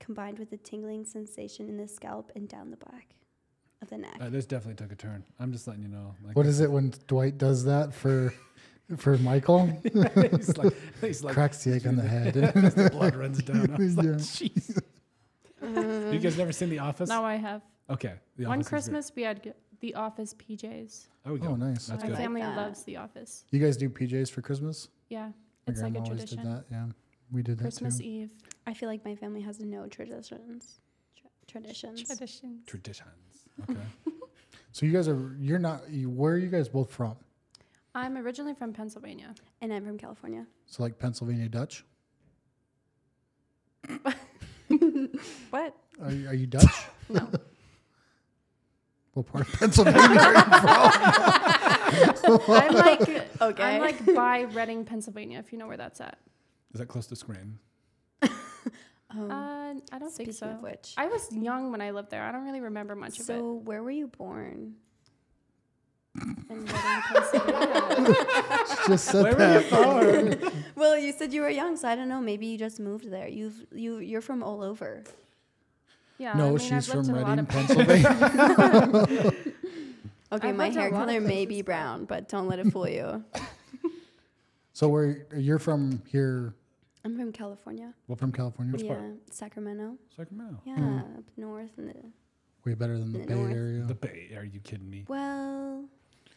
D: combined with the tingling sensation in the scalp and down the back of the neck.
B: Uh, this definitely took a turn. I'm just letting you know. Like,
A: What is it when Dwight does that for for Michael?
B: he's like, he's like
A: Cracks the egg on the head.
B: the blood runs down. I was like,
A: Yeah.
B: "Jeez."
E: Mm.
B: you guys never seen The Office?
E: Now I have.
B: Okay. The
E: One
B: Office is great.
E: Christmas, we had g- The Office PJs.
B: There we go.
A: oh, nice.
B: That's
E: My
B: good.
D: like
E: family
D: that.
E: loves The Office.
A: You guys do PJs for Christmas?
E: Yeah,
A: My
E: it's like
A: grandma
E: a
A: always did
E: tradition.
A: that. Yeah, we did that
E: Christmas
A: too.
E: Eve
D: I feel like my family has no traditions. Tra- traditions.
E: tradition.
B: Traditions. Okay.
A: So you guys are you're not you, where are you guys both from?
E: I'm originally from Pennsylvania.
D: and I'm from California.
A: So like Pennsylvania Dutch?
E: What?
A: Are you, are you Dutch?
E: No.
A: what part of Pennsylvania? are you-
E: I'm like
D: Okay.
E: I'm like by Reading, Pennsylvania, if you know where that's at.
B: Is that close to Scranton?
D: Um,
E: Uh, I don't
D: speaking
E: think so.
D: of which,
E: I was young when I lived there. I don't really remember much of it.
D: so where were you born?
E: and wouldn't consider that.
A: She just said
B: Where were you
A: that.
B: from?
D: Well, you said you were young, so I don't know. Maybe you just moved there. You've you you're from all over.
E: Yeah, I
A: no,
E: mean, I've
A: she's
E: lived
A: from
E: in a lot
A: Reading,
E: of-
A: Pennsylvania.
D: Okay,
E: I've
D: my
E: lived in a
D: hair
E: lot of
D: color may be
E: places, but-
D: brown, but don't let it fool you.
A: so where you're from here,
D: I'm from California.
A: well, from California.
B: Which
D: yeah,
B: part? Hmm.
D: Sacramento.
B: Sacramento.
D: Yeah, up north in the
A: Way better than the
D: The
A: Bay
D: North.
A: Area.
B: The Bay. Are you kidding me?
D: well,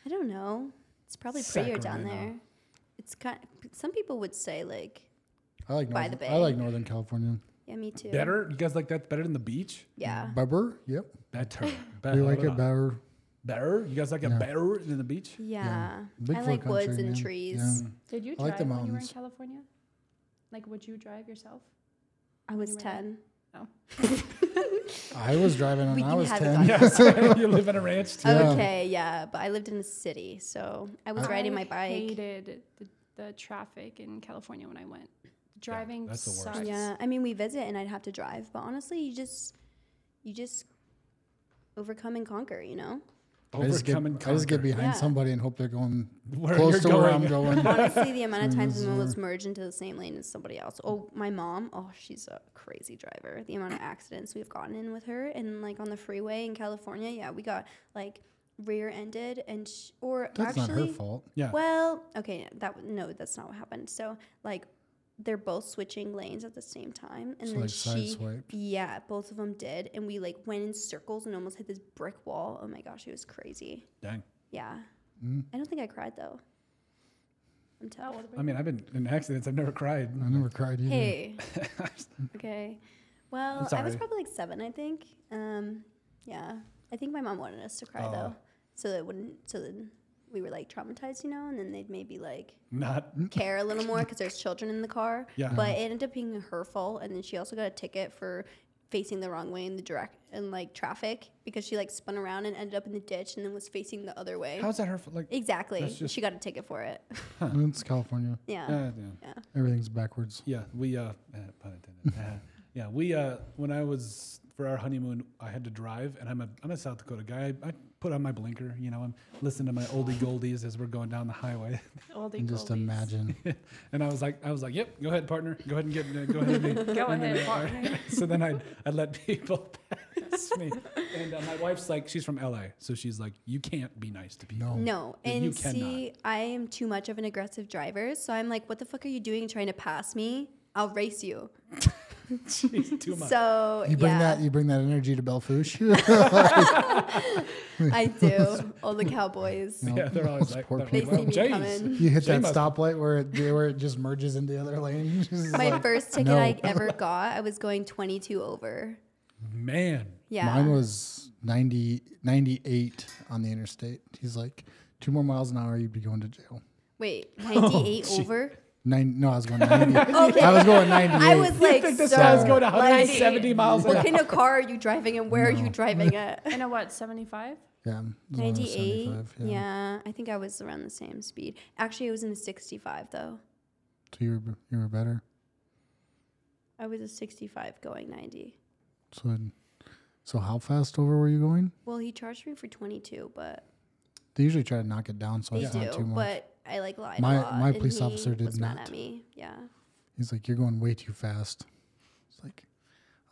D: I don't know. It's probably prettier down
B: Sacramento.
D: there. It's kind. Some people would say like,
A: I like
D: by
A: Northern,
D: the
A: I
D: Bay.
A: like Northern California.
D: yeah, me too.
B: Better? You guys like that better than the beach?
D: Yeah.
A: Better, yep.
B: Better.
A: We
B: better.
A: like it better.
B: Better? You guys like it
A: Yeah.
B: better than the beach?
D: Yeah. I
A: Bigfoot
D: like woods
A: country,
D: and
A: man.
D: trees.
A: Yeah.
E: Did you
A: I
E: drive
A: like the
E: when you were in
A: mountains.
E: California? Like, would you drive yourself?
D: I was
E: Anyway.
D: ten.
A: I was driving when
D: We
A: I
D: can
A: was
D: have it
A: ten.
D: on
B: Yes. you live in a ranch too.
A: Yeah.
D: Okay, yeah, but I lived in a city, so I was riding my bike.
E: Hated the, the traffic in California when I went. Driving
B: that's the worst.
E: sucks.
D: Yeah, I mean, we visit and I'd have to drive, but honestly, you just you just overcome and conquer, you know.
A: I just, get,
B: Overcome and
A: I just get
B: conquer.
A: behind
D: Yeah.
A: somebody and hope they're going
B: Where
A: close
B: you're
A: to where I'm
B: going.
A: going.
D: Honestly, the amount of times
A: this
D: we
A: is-
D: almost merge into the same lane as somebody else. Oh, my mom. Oh, she's a crazy driver. The amount of accidents we've gotten in with her, and like on the freeway in California, yeah, we got like rear-ended and sh- or
A: That's
D: actually,
A: not her fault.
B: Yeah.
D: Well, okay, that w- no, that's not what happened. So like, they're both switching lanes at the same time, and
A: So,
D: then
A: like,
D: she,
A: sideswiped.
D: yeah, both of them did, and we like went in circles and almost hit this brick wall. Oh my gosh, it was crazy.
B: Dang.
D: Yeah, I don't think I cried though. I'm
E: How
D: tough.
E: old were
B: I mean, I've been in accidents. I've never cried.
A: I never cried either.
D: Hey. okay. Well, I was
B: sorry.
D: probably like seven, I think. Um, yeah, I think my mom wanted us to cry
B: Oh.
D: though, so that it wouldn't, so that we were like traumatized, you know, and then they'd maybe like
B: Not.
D: care a little more because there's children in the car.
B: Yeah.
D: But it ended up being her fault, and then she also got a ticket for facing the wrong way in the direct and like traffic because she like spun around and ended up in the ditch and then was facing the other way.
B: How's that her? fa- Like.
D: exactly.
B: That's just-
D: she got a ticket for it.
A: It's California.
D: yeah.
B: Uh, yeah.
A: Everything's backwards.
B: Yeah, we uh, eh, pun intended. Uh, yeah, we uh, when I was for our honeymoon, I had to drive, and I'm a I'm a South Dakota guy. I, I put on my blinker, you know, I'm listening to my oldie goldies as we're going down the highway,
E: Oldie
A: And just
E: goldies.
A: imagine.
B: and I was like, I was like, yep, go ahead, partner, go ahead and get, uh, go ahead. And
E: Go ahead, partner.
B: so then I I let people pass me, and uh, my wife's like, she's from LA, so she's like, you can't be nice to
A: No.
B: people.
D: No,
B: Yeah, you
D: and see, I am too much of an aggressive driver, so I'm like, what the fuck are you doing trying to pass me? I'll race you.
B: She's too much.
D: So
A: You bring
D: yeah,
A: that you bring that energy to Belfouche.
D: I do. All the cowboys.
B: yeah, they're always like,
A: poor
B: they're like,
D: people. They see me
B: "Well, jeez."
D: coming.
A: you hit
B: She
A: that
B: must-
A: stoplight where it where it just merges into the other lane. It's just
D: My
A: like-
D: first ticket
A: no.
D: I ever got, I was going 22 over.
B: Man,
D: Yeah.
A: Mine was 90, 98 on the interstate. He's like, two more miles an hour, you'd be going to jail.
D: Wait, 98
A: Oh,
D: over?
A: Nine, no, I was going 90.
D: Okay.
A: I was going 98.
D: I was like,
B: think this
D: sir,
B: guy's going
D: like,
B: 170 miles an
D: what kind of car are you driving and where are you driving at?
E: In a what, 75?
A: yeah, it was only
D: 98?
A: 75,
D: Yeah. I think I was around the same speed. Actually, it was in a 65 though.
A: So you were, you were better.
D: I was a 65 going 90.
A: So, so how fast over were you going?
D: Well, he charged me for 22, but
A: They usually try to knock it down so
D: they
A: it's not
D: do.
A: too much.
D: But I like lied.
A: My-
D: a lot,
A: my
D: and
A: police
D: he
A: officer did
D: was mad
A: not.
D: at me. Yeah.
A: He's like, you're going way too fast. It's like,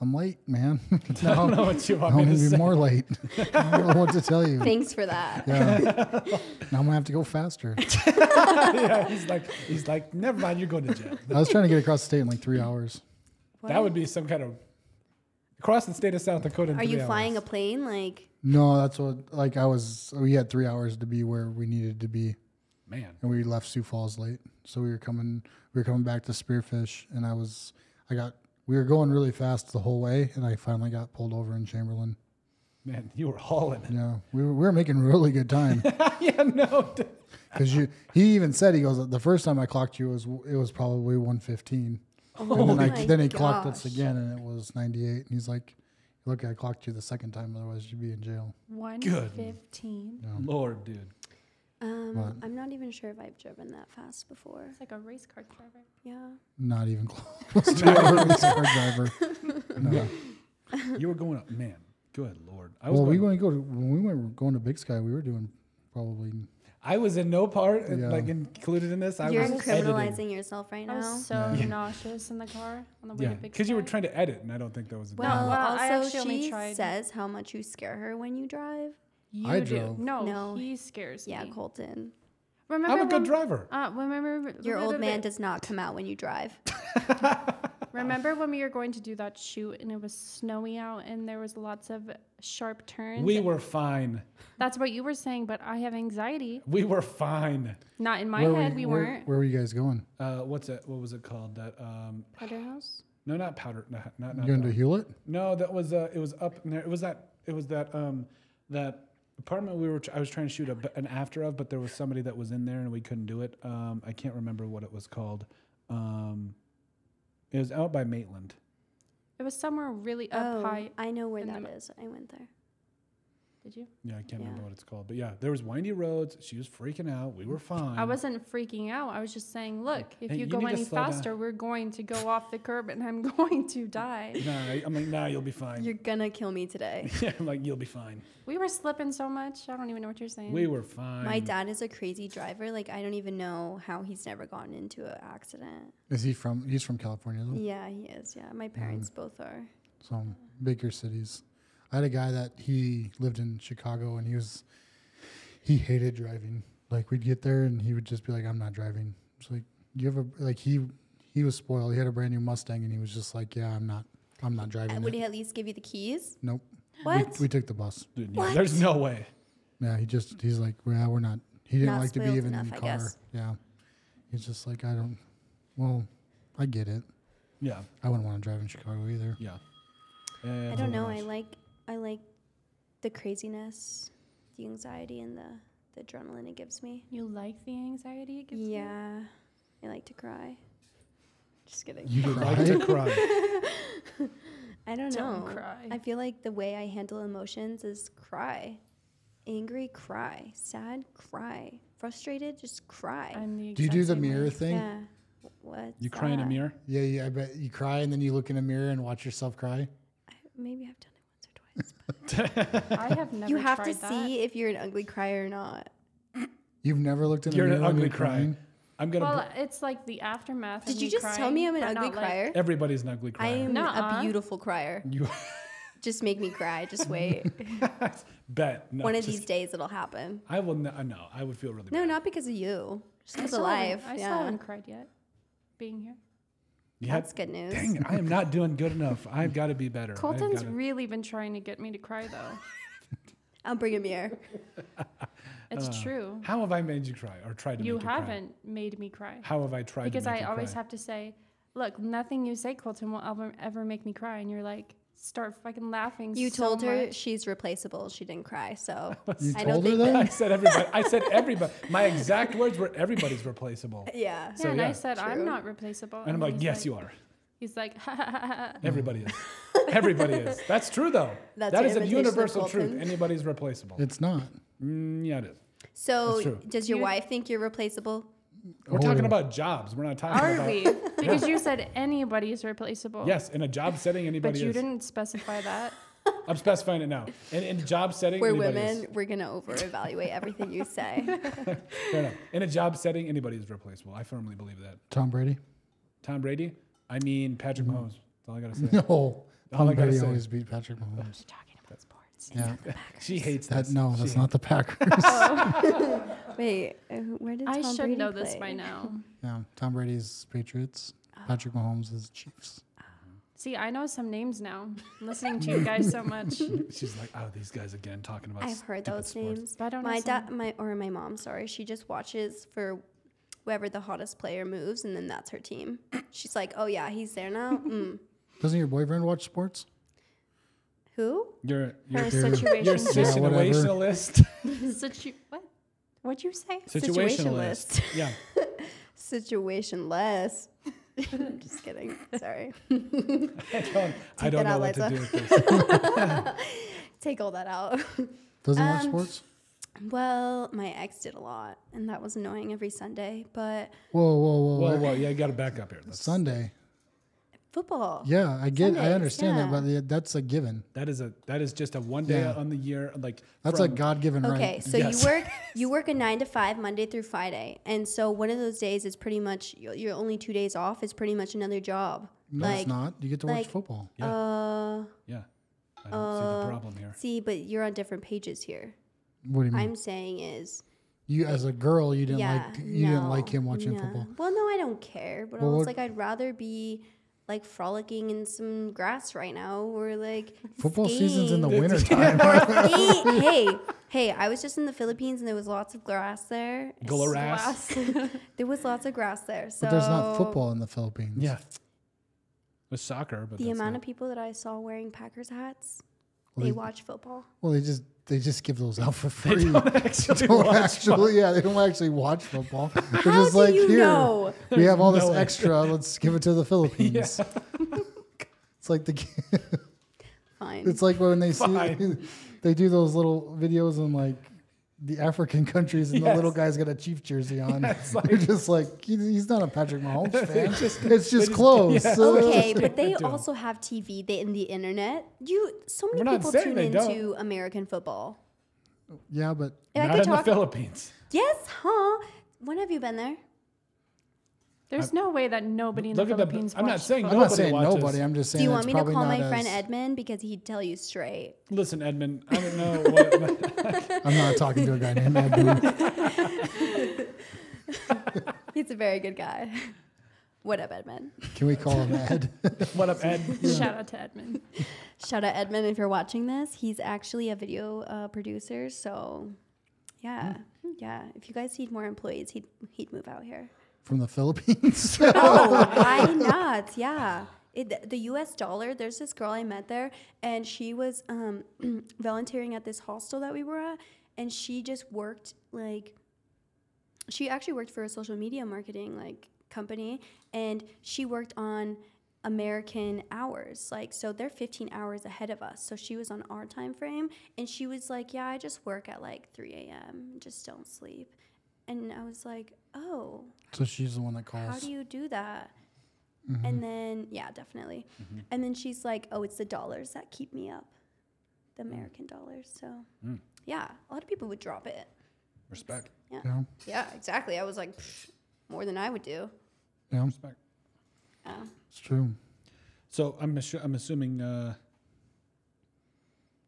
A: I'm late, man. no,
B: I don't know what you
A: I'm
B: want me
A: going
B: to
A: to be
B: say.
A: more late. I don't know what to tell you.
D: Thanks for that.
A: Yeah. now I'm going to have to go faster.
B: yeah, he's like, he's like, never mind, you're going to jail.
A: I was trying to get across the state in like three hours.
B: That would be some kind of across the state of South Dakota. in
D: Are you
B: three
D: flying a
B: hours.
D: plane? Like,
A: No, that's what, like, I was, we had three hours to be where we needed to be.
B: man?
A: And we left Sioux Falls late. So we were coming, we were coming back to Spearfish. And I was, I got, we were going really fast the whole way. And I finally got pulled over in Chamberlain.
B: Man, you were hauling.
A: Yeah. We were, we were making really good time.
B: yeah, no. d-
A: Because you, he even said he goes. The first time I clocked you was it was probably one fifteen,
D: Oh.
A: and then I,
D: my
A: then he clocked us
D: gosh.
A: again, and it was ninety eight. And he's like, "Look, I clocked you the second time, otherwise you'd be in jail."
E: 115.
B: Lord, dude.
D: um,
A: What?
D: I'm not even sure if I've driven that fast before.
E: It's like a race car driver.
D: Yeah.
A: Not even close. to a race car driver. No.
B: You were going up, man. Good Lord. I was
A: Well, we went
B: going,
A: to go to, when we went going to Big Sky. We were doing probably.
B: I was in no part uh,
A: Yeah.
B: like included in this. I
D: You're
B: was
D: criminalizing yourself right
E: I
D: now.
E: was so nauseous in the car on the way
B: Yeah,
E: to Big
B: because you were
E: Sky.
B: trying to edit, and I don't think that was. a good
D: Well,
E: No,
B: idea.
E: I
D: also
E: actually only
D: she
E: tried-
D: says how much you scare her when you drive.
E: You
A: I
E: do.
A: drove.
E: No,
D: No.
E: he scares
D: Yeah,
E: me.
D: Colton.
E: Remember
B: I'm a
E: when-
B: good driver.
E: Uh, remember
D: Your old man does not come out when you drive.
E: Remember when we were going to do that shoot and it was snowy out and there was lots of sharp turns.
B: We were fine.
E: That's what you were saying, but I have anxiety.
B: We were fine.
E: Not in my head. we
A: where,
E: weren't.
A: Where were you guys going?
B: Uh, what's it? What was it called? That um,
E: Powder house.
B: no, not powder. Not not.
A: You
B: not
A: going
B: that
A: to
B: one.
A: Hewlett?
B: No, that was uh, it was up in there. It was that it was that um that apartment we were tr- I was trying to shoot a, b- an after of, but there was somebody that was in there and we couldn't do it. Um, I can't remember what it was called. Um, it was out by Maitland.
E: It was somewhere really up
D: Oh,
E: high.
D: I know where
E: in the
D: that
E: mo-
D: is. I went there.
E: Did you?
B: Yeah, I can't remember
D: Yeah.
B: what it's called, but yeah, there was windy roads. She was freaking out. We were fine.
E: I wasn't freaking out. I was just saying, look, if
B: Hey,
E: you
B: you
E: go
B: need to
E: any
B: slow down.
E: faster, we're going to go off the curb and I'm going to die.
B: Nah, I- I'm like, nah, you'll be fine.
D: You're gonna kill me today.
B: yeah, I'm like, you'll be fine.
E: We were slipping so much. I don't even know what you're saying.
B: We were fine.
D: My dad is a crazy driver. Like I don't even know how he's never gotten into an accident.
A: Is he from? He's from California though,
D: Yeah, he is. Yeah, my parents both are.
A: so bigger cities. I had a guy that he lived in Chicago, and he was he hated driving. Like we'd get there, and he would just be like, "I'm not driving." It's like you ever like he he was spoiled. He had a brand new Mustang, and he was just like, "Yeah, I'm not, I'm not
D: Uh,
A: driving."
D: Would
A: it."
D: he at least give you the keys?
A: Nope.
D: What?
A: We, we took the bus.
B: Dude, yeah, there's no way.
A: Yeah, he just he's like, yeah, we're not. He didn't
D: Not
A: like to be
D: spoiled
A: even in
D: enough,
A: the
D: I
A: car.
D: guess.
A: Yeah, he's just like, I don't. Well, I get it.
B: Yeah,
A: I wouldn't want to drive in Chicago either.
B: yeah.
D: I don't know. I like I like the craziness, the anxiety, and the the adrenaline it gives me.
E: You like the anxiety it gives you?
D: Yeah, I like to cry. Just kidding.
A: You
B: like to
A: cried?
B: cry.
D: I don't know.
E: Don't cry.
D: I feel like the way I handle emotions is cry. Angry, cry. Sad, cry. Frustrated, just cry.
E: I'm the
A: Do you do
E: exact
A: the
E: same way.
A: mirror thing? Yeah.
D: yeah. Wh- What's
B: You cry in a
D: that?
B: mirror.
A: yeah, I bet you cry and then you look in a mirror and watch yourself cry.
D: I, maybe I've done it once or twice.
E: I have never.
D: but- you have to
E: tried that.
D: see if you're an ugly crier or not.
A: You've never looked in
B: You're
A: a
B: an
A: mirror. when
B: ugly
A: you're
B: cry.
A: crying?
B: I'm gonna.
E: Well, it's like the aftermath. of
D: Did you
E: me
D: just tell me I'm
E: crying,
D: an
E: but
D: ugly
E: not like-
D: crier?
B: br- everybody's an ugly
D: I
B: crier.
D: am
E: Nuh-uh.
D: a beautiful crier.
B: You
D: Just make me cry. Just wait.
B: bet. No,
D: One of
B: just-
D: these days it'll happen.
B: I will. No, no, I would feel really.
D: No,
B: bad.
D: not because of you. Just
E: I
D: because of
E: still haven't-
D: life.
E: I still
D: yeah.
E: haven't cried yet. Being here,
B: You had-
D: That's good news.
B: dang it! I am not doing good enough. I've got to be better. I've
E: Colton's
B: gotta-
E: really been trying to get me to cry though.
D: I'll bring a mirror.
E: It's true.
B: How have Uh, I made you cry or tried to?
E: You
B: make cry?
E: haven't made me cry
B: How have I tried?
E: because
B: to make
E: I
B: you
E: always
B: cry?
E: have to say, "Look, nothing you say, Colton, will ever ever make me cry," and you're like, start fucking laughing.
D: You
E: so
D: told her
E: much.
D: she's replaceable. She didn't cry, so
A: You
D: I don't
A: told her
D: think
A: that?
B: I said everybody. I said everybody. My exact words were everybody's replaceable.
D: yeah.
E: Yeah,
B: So,
E: and
B: yeah.
E: I said I'm
D: True.
E: not replaceable.
B: And I'm like, yes, you are.
E: He's like, ha, ha, ha, ha.
B: Everybody is. Everybody is. That's true though.
D: That's
B: that
D: your
B: is a
D: invitation to
B: universal truth.
D: Colton.
B: Anybody's replaceable.
A: It's not.
B: Mm, yeah, it is.
D: So
B: That's true.
D: does your
E: You-
D: wife think you're replaceable?
B: We're
A: Oh.
B: talking about jobs. We're not talking
E: are
B: about.
E: we? Because you said anybody is replaceable.
B: Yes, in a job setting, anybody
E: But you
B: is.
E: didn't specify that.
B: I'm specifying it now. In, in a job setting,
D: We're
B: anybody
D: women.
B: Is.
D: We're gonna over evaluate everything you say.
B: Fair enough. In a job setting, anybody is replaceable. I firmly believe that.
A: Tom Brady?
B: Tom Brady. I mean Patrick Mahomes. That's all I gotta say.
A: No.
B: All
A: Tom
B: I gotta
A: Brady
B: say.
A: always beat Patrick Mahomes.
E: You're talking about sports.
A: Yeah.
B: She hates
A: That,
B: this.
A: no,
B: She
A: that's
B: hates-
A: not the Packers.
D: Wait, uh, where did
E: I
D: Tom
E: should
D: Brady
E: know this
D: play?
E: by now.
A: yeah, Tom Brady's Patriots. Patrick Mahomes is Chiefs.
E: See, I know some names now. I'm listening to you guys so much.
B: She's like, oh, these guys again talking about.
D: I've heard
B: stupid
D: those
B: sports."
D: names.
E: But I don't know
D: my
E: some-
D: dad, my or my mom. Sorry, she just watches for whoever the hottest player moves, and then that's her team. She's like, oh yeah, he's there now. Mm.
A: Doesn't your boyfriend watch sports?
D: Who?
B: You're
E: Her
B: you're you're
E: situation.
A: Yeah, whatever.
B: situationalist.
E: Situ- what? What'd you say?
B: situationalist.
D: Situationalist.
B: Yeah.
D: Situationless. I'm just kidding. Sorry.
B: I don't, I
D: Take
B: don't
D: that
B: know
D: out,
B: what to
D: Liza.
B: do with this.
D: Take all that out.
A: Doesn't watch
D: Um,
A: sports?
D: well, my ex did a lot, and that was annoying every Sunday. But
A: Whoa, whoa, whoa,
B: Whoa,
A: whoa.
B: whoa, yeah, you got to back up here. That's-
A: Sunday.
D: football.
A: Yeah, I get, I
D: Sundays,
A: understand
D: yeah.
A: that, but yeah, that's a given.
B: That is a that is just a one day
A: Yeah.
B: on the year. Like
A: That's
B: from-
A: a God-given right.
D: Okay, so
B: Yes.
D: you work you work a nine to five Monday through Friday, and so one of those days is pretty much your your only two days off is pretty much another job.
A: No,
D: like,
A: it's not. You get to watch
D: like-
A: football.
B: Yeah.
D: Uh,
B: yeah. I don't see the problem here.
D: see, but you're on different pages here.
A: What do you mean?
D: I'm saying is
A: you as a girl, Hmm. you didn't
D: yeah,
A: like you didn't like
D: no,
A: him watching
D: no.
A: football.
D: Well, no, I don't care, but
A: Well,
D: I was
A: what-
D: like, I'd rather be like frolicking in some grass right now, or like
A: Football season's in the
D: skiing.
A: winter time.
D: hey, hey, hey! I was just in the Philippines, and there was lots of grass there.
B: Glass.
E: Glass.
D: There was lots of grass there. So
A: but there's not football in the Philippines.
B: Yeah. With soccer, but
D: The
B: that's
D: amount
B: not-
D: of people that I saw wearing Packers hats,
A: Well,
D: they
A: they-
D: watch football.
A: Well, they just they just give those out for free.
B: They don't actually
A: Don't
B: watch
A: actually, yeah, they don't actually watch football. They're
D: How
A: just
D: do
A: like
D: you
A: here.
D: know?
A: We have all this
B: No way.
A: extra. Let's give it to the Philippines. it's like the
D: Fine.
A: it's like when they see
B: Fine.
A: they do those little videos in like the African countries and the little
B: Yes.
A: guy's got a Chief jersey on.
B: it's
A: They're
B: like-
A: just like he- he's not a Patrick Mahomes fan.
B: just-
A: it's just clothes.
B: yeah.
A: So-
D: okay, but they
B: do.
D: also have TV. They in the internet. You so
B: We're
D: many
B: not
D: people
B: saying
D: tune
B: they don't.
D: into American football.
A: yeah, but
D: If I
B: not
D: could
B: in
D: talk,
B: the Philippines.
D: yes, huh? When have you been there?
E: There's no way that nobody in the
B: Look at the-
E: Philippines.
B: I'm not
E: watched
B: saying-
E: football.
A: I'm not
B: Nobody
A: saying
B: watches.
A: nobody. I'm just saying.
D: Do you
A: it's
D: want me to
A: probably
D: call my
A: not
D: friend
A: as-
D: Edmund because he'd tell you straight?
B: Listen, Edmund, I don't know what
A: I'm not talking to a guy named Edmund.
D: He's a very good guy. what up, Edmund?
A: Can we call him Ed?
B: what up, Ed.
E: Shout out to Edmund.
D: Shout out Edmund if you're watching this. He's actually a video uh, producer, so yeah, yeah. If you guys need more employees, he'd he'd move out here.
A: From the Philippines.
D: Oh, why not? Yeah. It, the U.S. dollar. There's this girl I met there, and she was um, volunteering at this hostel that we were at, and she just worked like. She actually worked for a social media marketing like company, and she worked on American hours. Like, so they're 15 hours ahead of us. So she was on our time frame, and she was like, "Yeah, I just work at like 3 a.m. and Just don't sleep." And I was like, "Oh."
A: so she's the one that
D: how
A: calls.
D: do you do that?
B: Mm-hmm.
D: And then, yeah, definitely. And then she's like, oh, it's the dollars that keep me up, the
B: Mm.
D: American dollars. So, yeah, a lot of people would drop it.
B: Respect.
D: Yeah.
A: yeah,
D: Yeah, exactly. I was like, "Psh, more than I would do. Um,
A: yeah,
B: Respect.
D: Yeah.
A: it's true.
B: So I'm assu- I'm assuming uh,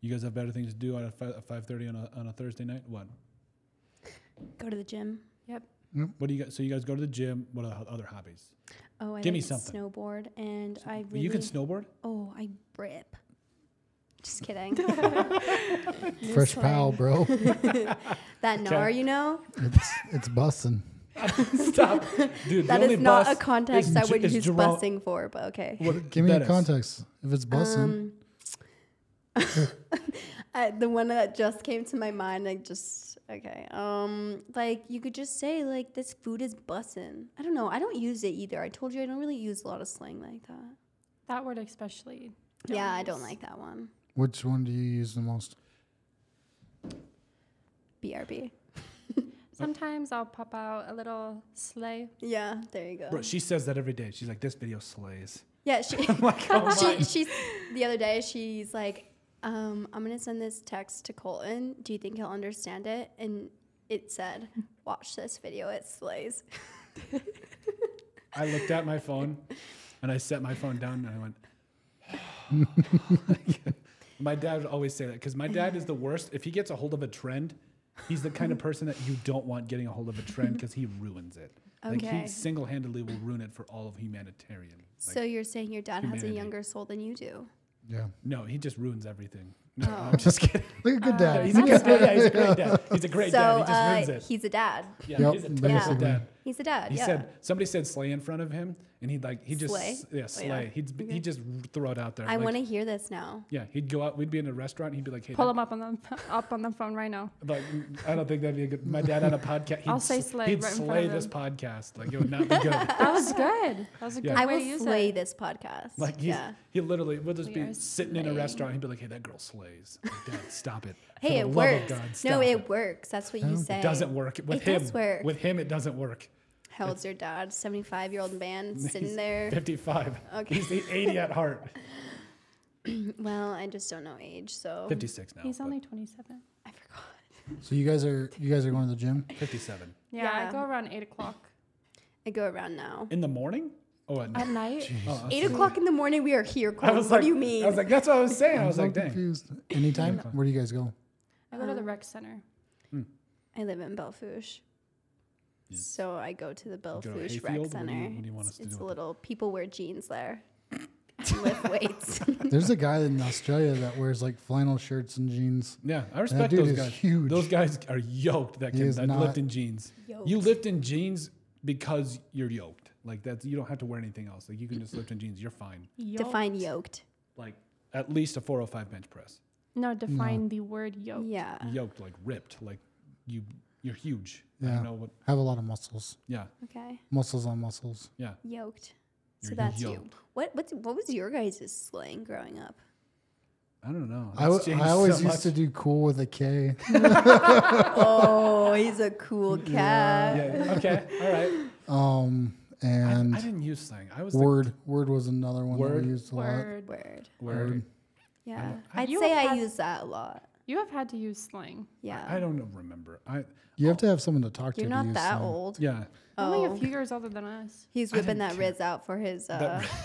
B: you guys have better things to do at fi- at 5:30 on a on a Thursday night. What?
D: Go to the gym.
E: Yep.
B: What do you guys? So you guys go to the gym. What are the other hobbies?
D: Oh, I
B: Give me
D: like to
B: something.
D: snowboard, and I really.
B: You can snowboard.
D: oh, I rip. Just kidding.
A: Fresh pal, bro.
D: that gnar, you know,
A: It's it's bussin'.
B: Stop, dude.
D: that
B: the only
D: is not a
B: bus
D: context
B: is
D: I
B: Ju-
D: would
B: is
D: use
B: Jerome-
D: busing for, but okay.
B: What-
A: Give me
B: that
A: a
B: is.
A: context. If it's bussin',
D: Um, I, the one that just came to my mind, I just okay. Um, like you could just say like this food is bussin'. I don't know. I don't use it either. I told you I don't really use a lot of slang like that.
E: That word especially.
D: yeah, I don't
E: use.
D: like that one.
A: which one do you use the most?
D: BRB.
E: Sometimes I'll pop out a little sleigh.
D: Yeah, there you go.
B: Bro, she says that every day. She's like, "This video slays."
D: yeah, she.
B: Like, oh
D: she she's the other day. She's like, um, I'm gonna send this text to Colton. Do you think he'll understand it? And it said, "Watch this video. It slays."
B: I looked at my phone and I set my phone down and I went, My dad would always say that because my dad is the worst. If he gets a hold of a trend, he's the kind of person that you don't want getting a hold of a trend because he ruins it. Like
D: Okay.
B: he single handedly will ruin it for all of humanitarian. Like,
D: so you're saying your dad has a
B: humanity.
D: younger soul than you do?
A: Yeah,
B: no, he just ruins everything. No,
D: Oh.
B: I'm just kidding.
A: like a good dad.
B: He's a good dad. Yeah, he's a great dad. He's a great
D: so
B: dad. He just
D: uh,
B: ruins it.
D: he's a dad.
B: yeah,
A: Yep,
B: he's a terrible
A: basically.
B: dad.
D: He's a dad.
B: He
D: yeah.
B: said somebody said slay in front of him, and he'd like he just
D: Slay? Oh,
B: yeah slay.
D: yeah.
B: He'd he just throw it out there.
D: I
B: like,
D: want to hear this now.
B: Yeah, he'd go out. We'd be in a restaurant. He'd be like, "Hey,
E: Pull
B: that-
E: them up on the up on the phone right now.
B: like "Mm, I don't think that'd be a good." My dad on a podcast. He'd,
E: I'll say
B: s-
E: slay
B: He'd
E: right in front
B: slay
E: of
B: this
E: him.
B: podcast. Like it would not be good.
E: That was good. That was a good
B: Yeah.
E: way
D: I
E: to
D: will
E: use
D: slay
E: it.
D: this podcast.
B: Like he's,
D: yeah.
B: he literally would just
E: We
B: be
E: are
B: sitting in a
E: slaying.
B: restaurant. He'd be like, "Hey, that girl slays." Like, dad, stop it. For
D: Hey,
B: the
D: it
B: love of
D: works.
B: God,
D: no,
B: stop
D: it works. That's what you
A: No, it
D: say.
B: Doesn't work with
D: It
B: him.
D: does work.
B: With him, it doesn't work.
D: How old's your dad? 75 year old man sitting
B: He's
D: there.
B: 55.
D: Okay.
B: He's the 80 at heart.
D: Well, I just don't know age, so
B: 56 now.
E: Oh, He's
B: but
E: only 27.
D: I forgot.
A: So you guys are you guys are going to the gym?
B: 57.
E: Yeah,
D: Yeah.
E: I go around 8 o'clock.
D: I go around now.
B: In the morning? Oh, at night.
E: At night?
B: Oh, I
D: Eight
B: see.
D: o'clock in the morning, we are here.
B: I
D: Cole.
B: was
D: What
B: like,
D: do you mean?
B: I was like, that's what I was saying. I
A: I'm
B: was
A: so
B: like, dang.
A: confused. Anytime? Where do you guys go?
E: I go to the rec center.
D: I live in Belfouche.
B: Yes.
D: So I go to the
B: to
D: Belfouche
B: Hayfield?
D: Rec
B: What do you-
D: Center.
B: what do you want
D: It's-
B: us to
D: it's
B: do
D: a
B: with
D: little people wear jeans there. lift weights.
A: There's a guy in Australia that wears like flannel shirts and jeans.
B: Yeah, I respect
A: dude
B: those
A: is
B: guys.
A: huge.
B: Those guys are yoked that
A: He
B: can
A: is
B: that
A: not-
B: lift in jeans. You
D: Yoked.
B: lift in jeans because you're yoked. Like that's you don't have to wear anything else. Like you can just lift in jeans. You're fine.
D: Define yoked.
B: Like at least a 405 bench press.
E: No, define the word yoke.
D: Yeah.
B: Yoked, like ripped, like you you're huge. I
A: Yeah.
B: don't know what.
A: Have a lot of muscles.
B: Yeah,
D: Okay.
A: Muscles on muscles.
B: yeah.
D: Yoked. So
B: You're
D: that's you.
B: yoked.
D: What what's, what was your guys' slang growing up?
B: I don't know.
A: I,
B: It's
A: w-
B: changed
A: I
B: so
A: always
B: much.
A: used to do cool with a K.
D: oh, he's a cool cat.
B: Yeah. Okay. All right.
A: Um,
B: I,
A: and
B: I didn't use slang. I was the
A: word word was another one that
B: Word?
A: we used a lot.
E: Word.
D: Word.
B: word.
D: Yeah.
E: I-
D: I'd
E: You
D: say
E: have
D: I
E: had-
D: use that a lot.
E: You have had to use slang.
D: Yeah.
B: I don't know- remember. I
A: You have to have someone to talk to.
D: You're
A: to
D: not
A: use
D: that
A: some.
D: old.
B: yeah.
E: Only
D: Oh.
E: a few years older than us.
D: He's
B: I
D: whipping
B: didn't
D: that
B: care.
D: Riz out for his uh,
B: That-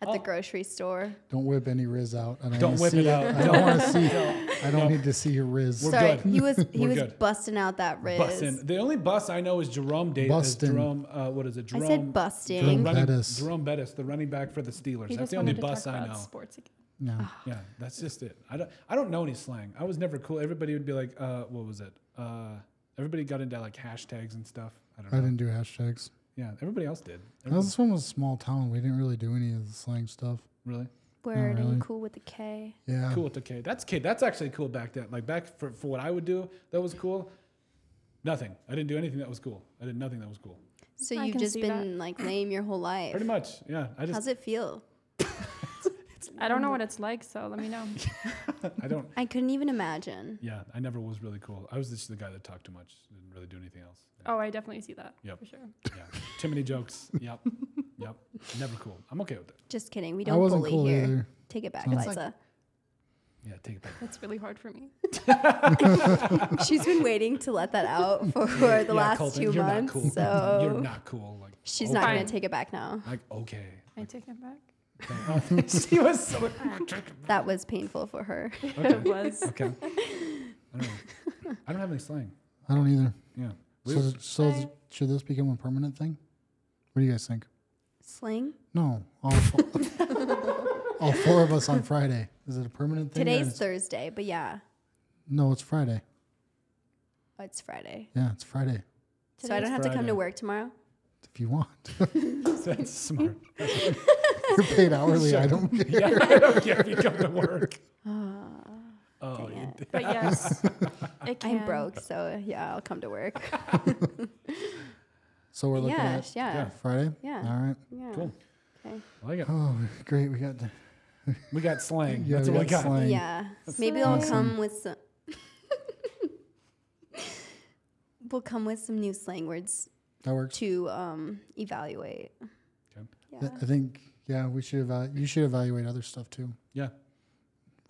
B: Oh.
D: at the grocery store.
A: Don't whip any riz out. I don't,
B: Don't
A: wanna
B: whip
A: see
B: it out.
A: I don't
B: Don't.
A: want to see.
B: Don't.
A: I don't need to see your riz.
B: We're
D: Sorry,
B: good.
D: he was he
B: We're
D: was
B: good.
D: busting out that Riz.
B: Bussin. The only bus I know is Jerome Davis.
A: Bustin'.
B: Jerome, uh, what is it?
D: I
B: Jerome.
D: said
B: the
D: busting.
A: Jerome-
B: running-
A: Bettis.
B: Jerome Bettis, the running back for the Steelers.
E: He
B: that's
E: just
B: the only
E: wanted to
B: bus
E: talk
B: I
E: about
B: know.
E: sports again.
A: Yeah.
B: Yeah, that's just it. I don't, I don't know any slang. I was never cool. Everybody would be like, uh, what was it? Uh, everybody got into like hashtags and stuff. I don't
A: I
B: know.
A: didn't do hashtags.
B: yeah, everybody else did. Everybody-
A: This one was small town. We didn't really do any of the slang stuff.
B: really?
D: Word
A: Oh, really?
D: and cool with the K.
A: Yeah.
B: Cool with the K. That's K. That's actually cool back then. Like back for, for what I would do, that was cool. Nothing. I didn't do anything that was cool. I did nothing that was cool.
D: So
E: I
D: you've
E: can
D: just
E: see
D: been like lame your whole life.
B: Pretty much. Yeah. I just,
D: How's it feel?
E: I don't know what it's like, so let me know.
B: I don't,
D: I couldn't even imagine.
B: Yeah, I never was really cool. I was just the guy that talked too much, didn't really do anything else. Yeah.
E: Oh, I definitely see that.
B: Yep.
E: For sure.
D: Oh.
B: yeah. Too many jokes. Yep. Yep. Never cool. I'm okay with it.
D: Just kidding. We
A: I
D: don't
A: wasn't
D: bully
A: cool
D: here.
A: either.
D: Take it back,
A: Sounds like-
D: Liza.
B: Yeah, take it back.
E: That's really hard for me.
D: She's been waiting to let that out for the
B: Yeah,
D: last
B: Colton,
D: two
B: you're
D: months.
B: Not cool. You're
D: So
B: not cool. Like
D: she's
B: okay.
D: not gonna
E: Fine.
D: take it back now.
B: like okay.
E: I take it back.
B: she was so
D: That was painful for her.
E: It was.
B: okay. I don't, know. I don't have any slang.
A: I don't either.
B: Yeah. We-
A: So, so
E: I-
A: should this become a permanent thing? What do you guys think?
D: Sling.
A: No, all four, all four of us on Friday. Is it a permanent thing? or
D: Today's
A: it's-
D: Thursday, but yeah,
A: no, it's Friday.
D: it's Friday.
A: Yeah, it's Friday.
D: So I don't
E: Today's
D: have to come
B: Friday.
D: to work tomorrow.
A: If you want,
B: that's smart.
A: you're paid hourly. I don't care.
B: Yeah, I don't care if you come to work. Oh,
E: Ah.
D: Dang
B: you-
D: it.
E: But yes, it can.
D: I'm broke, so yeah, I'll come to work.
A: So we're looking
D: yeah,
A: at
D: yeah,
A: Friday.
D: yeah,
A: All right.
D: yeah.
B: cool.
D: Okay.
B: I like it.
A: Oh, great. We got
B: We got slang.
A: yeah,
B: that's
A: we
B: what
A: got
B: we got.
A: slang.
D: Yeah, maybe I'll
A: Awesome.
D: come with some. we'll come with some new slang words
A: That works.
D: to um, evaluate.
B: Okay.
D: Yeah.
A: Th- I think yeah, we should evaluate. You should evaluate other stuff too,
B: Yeah.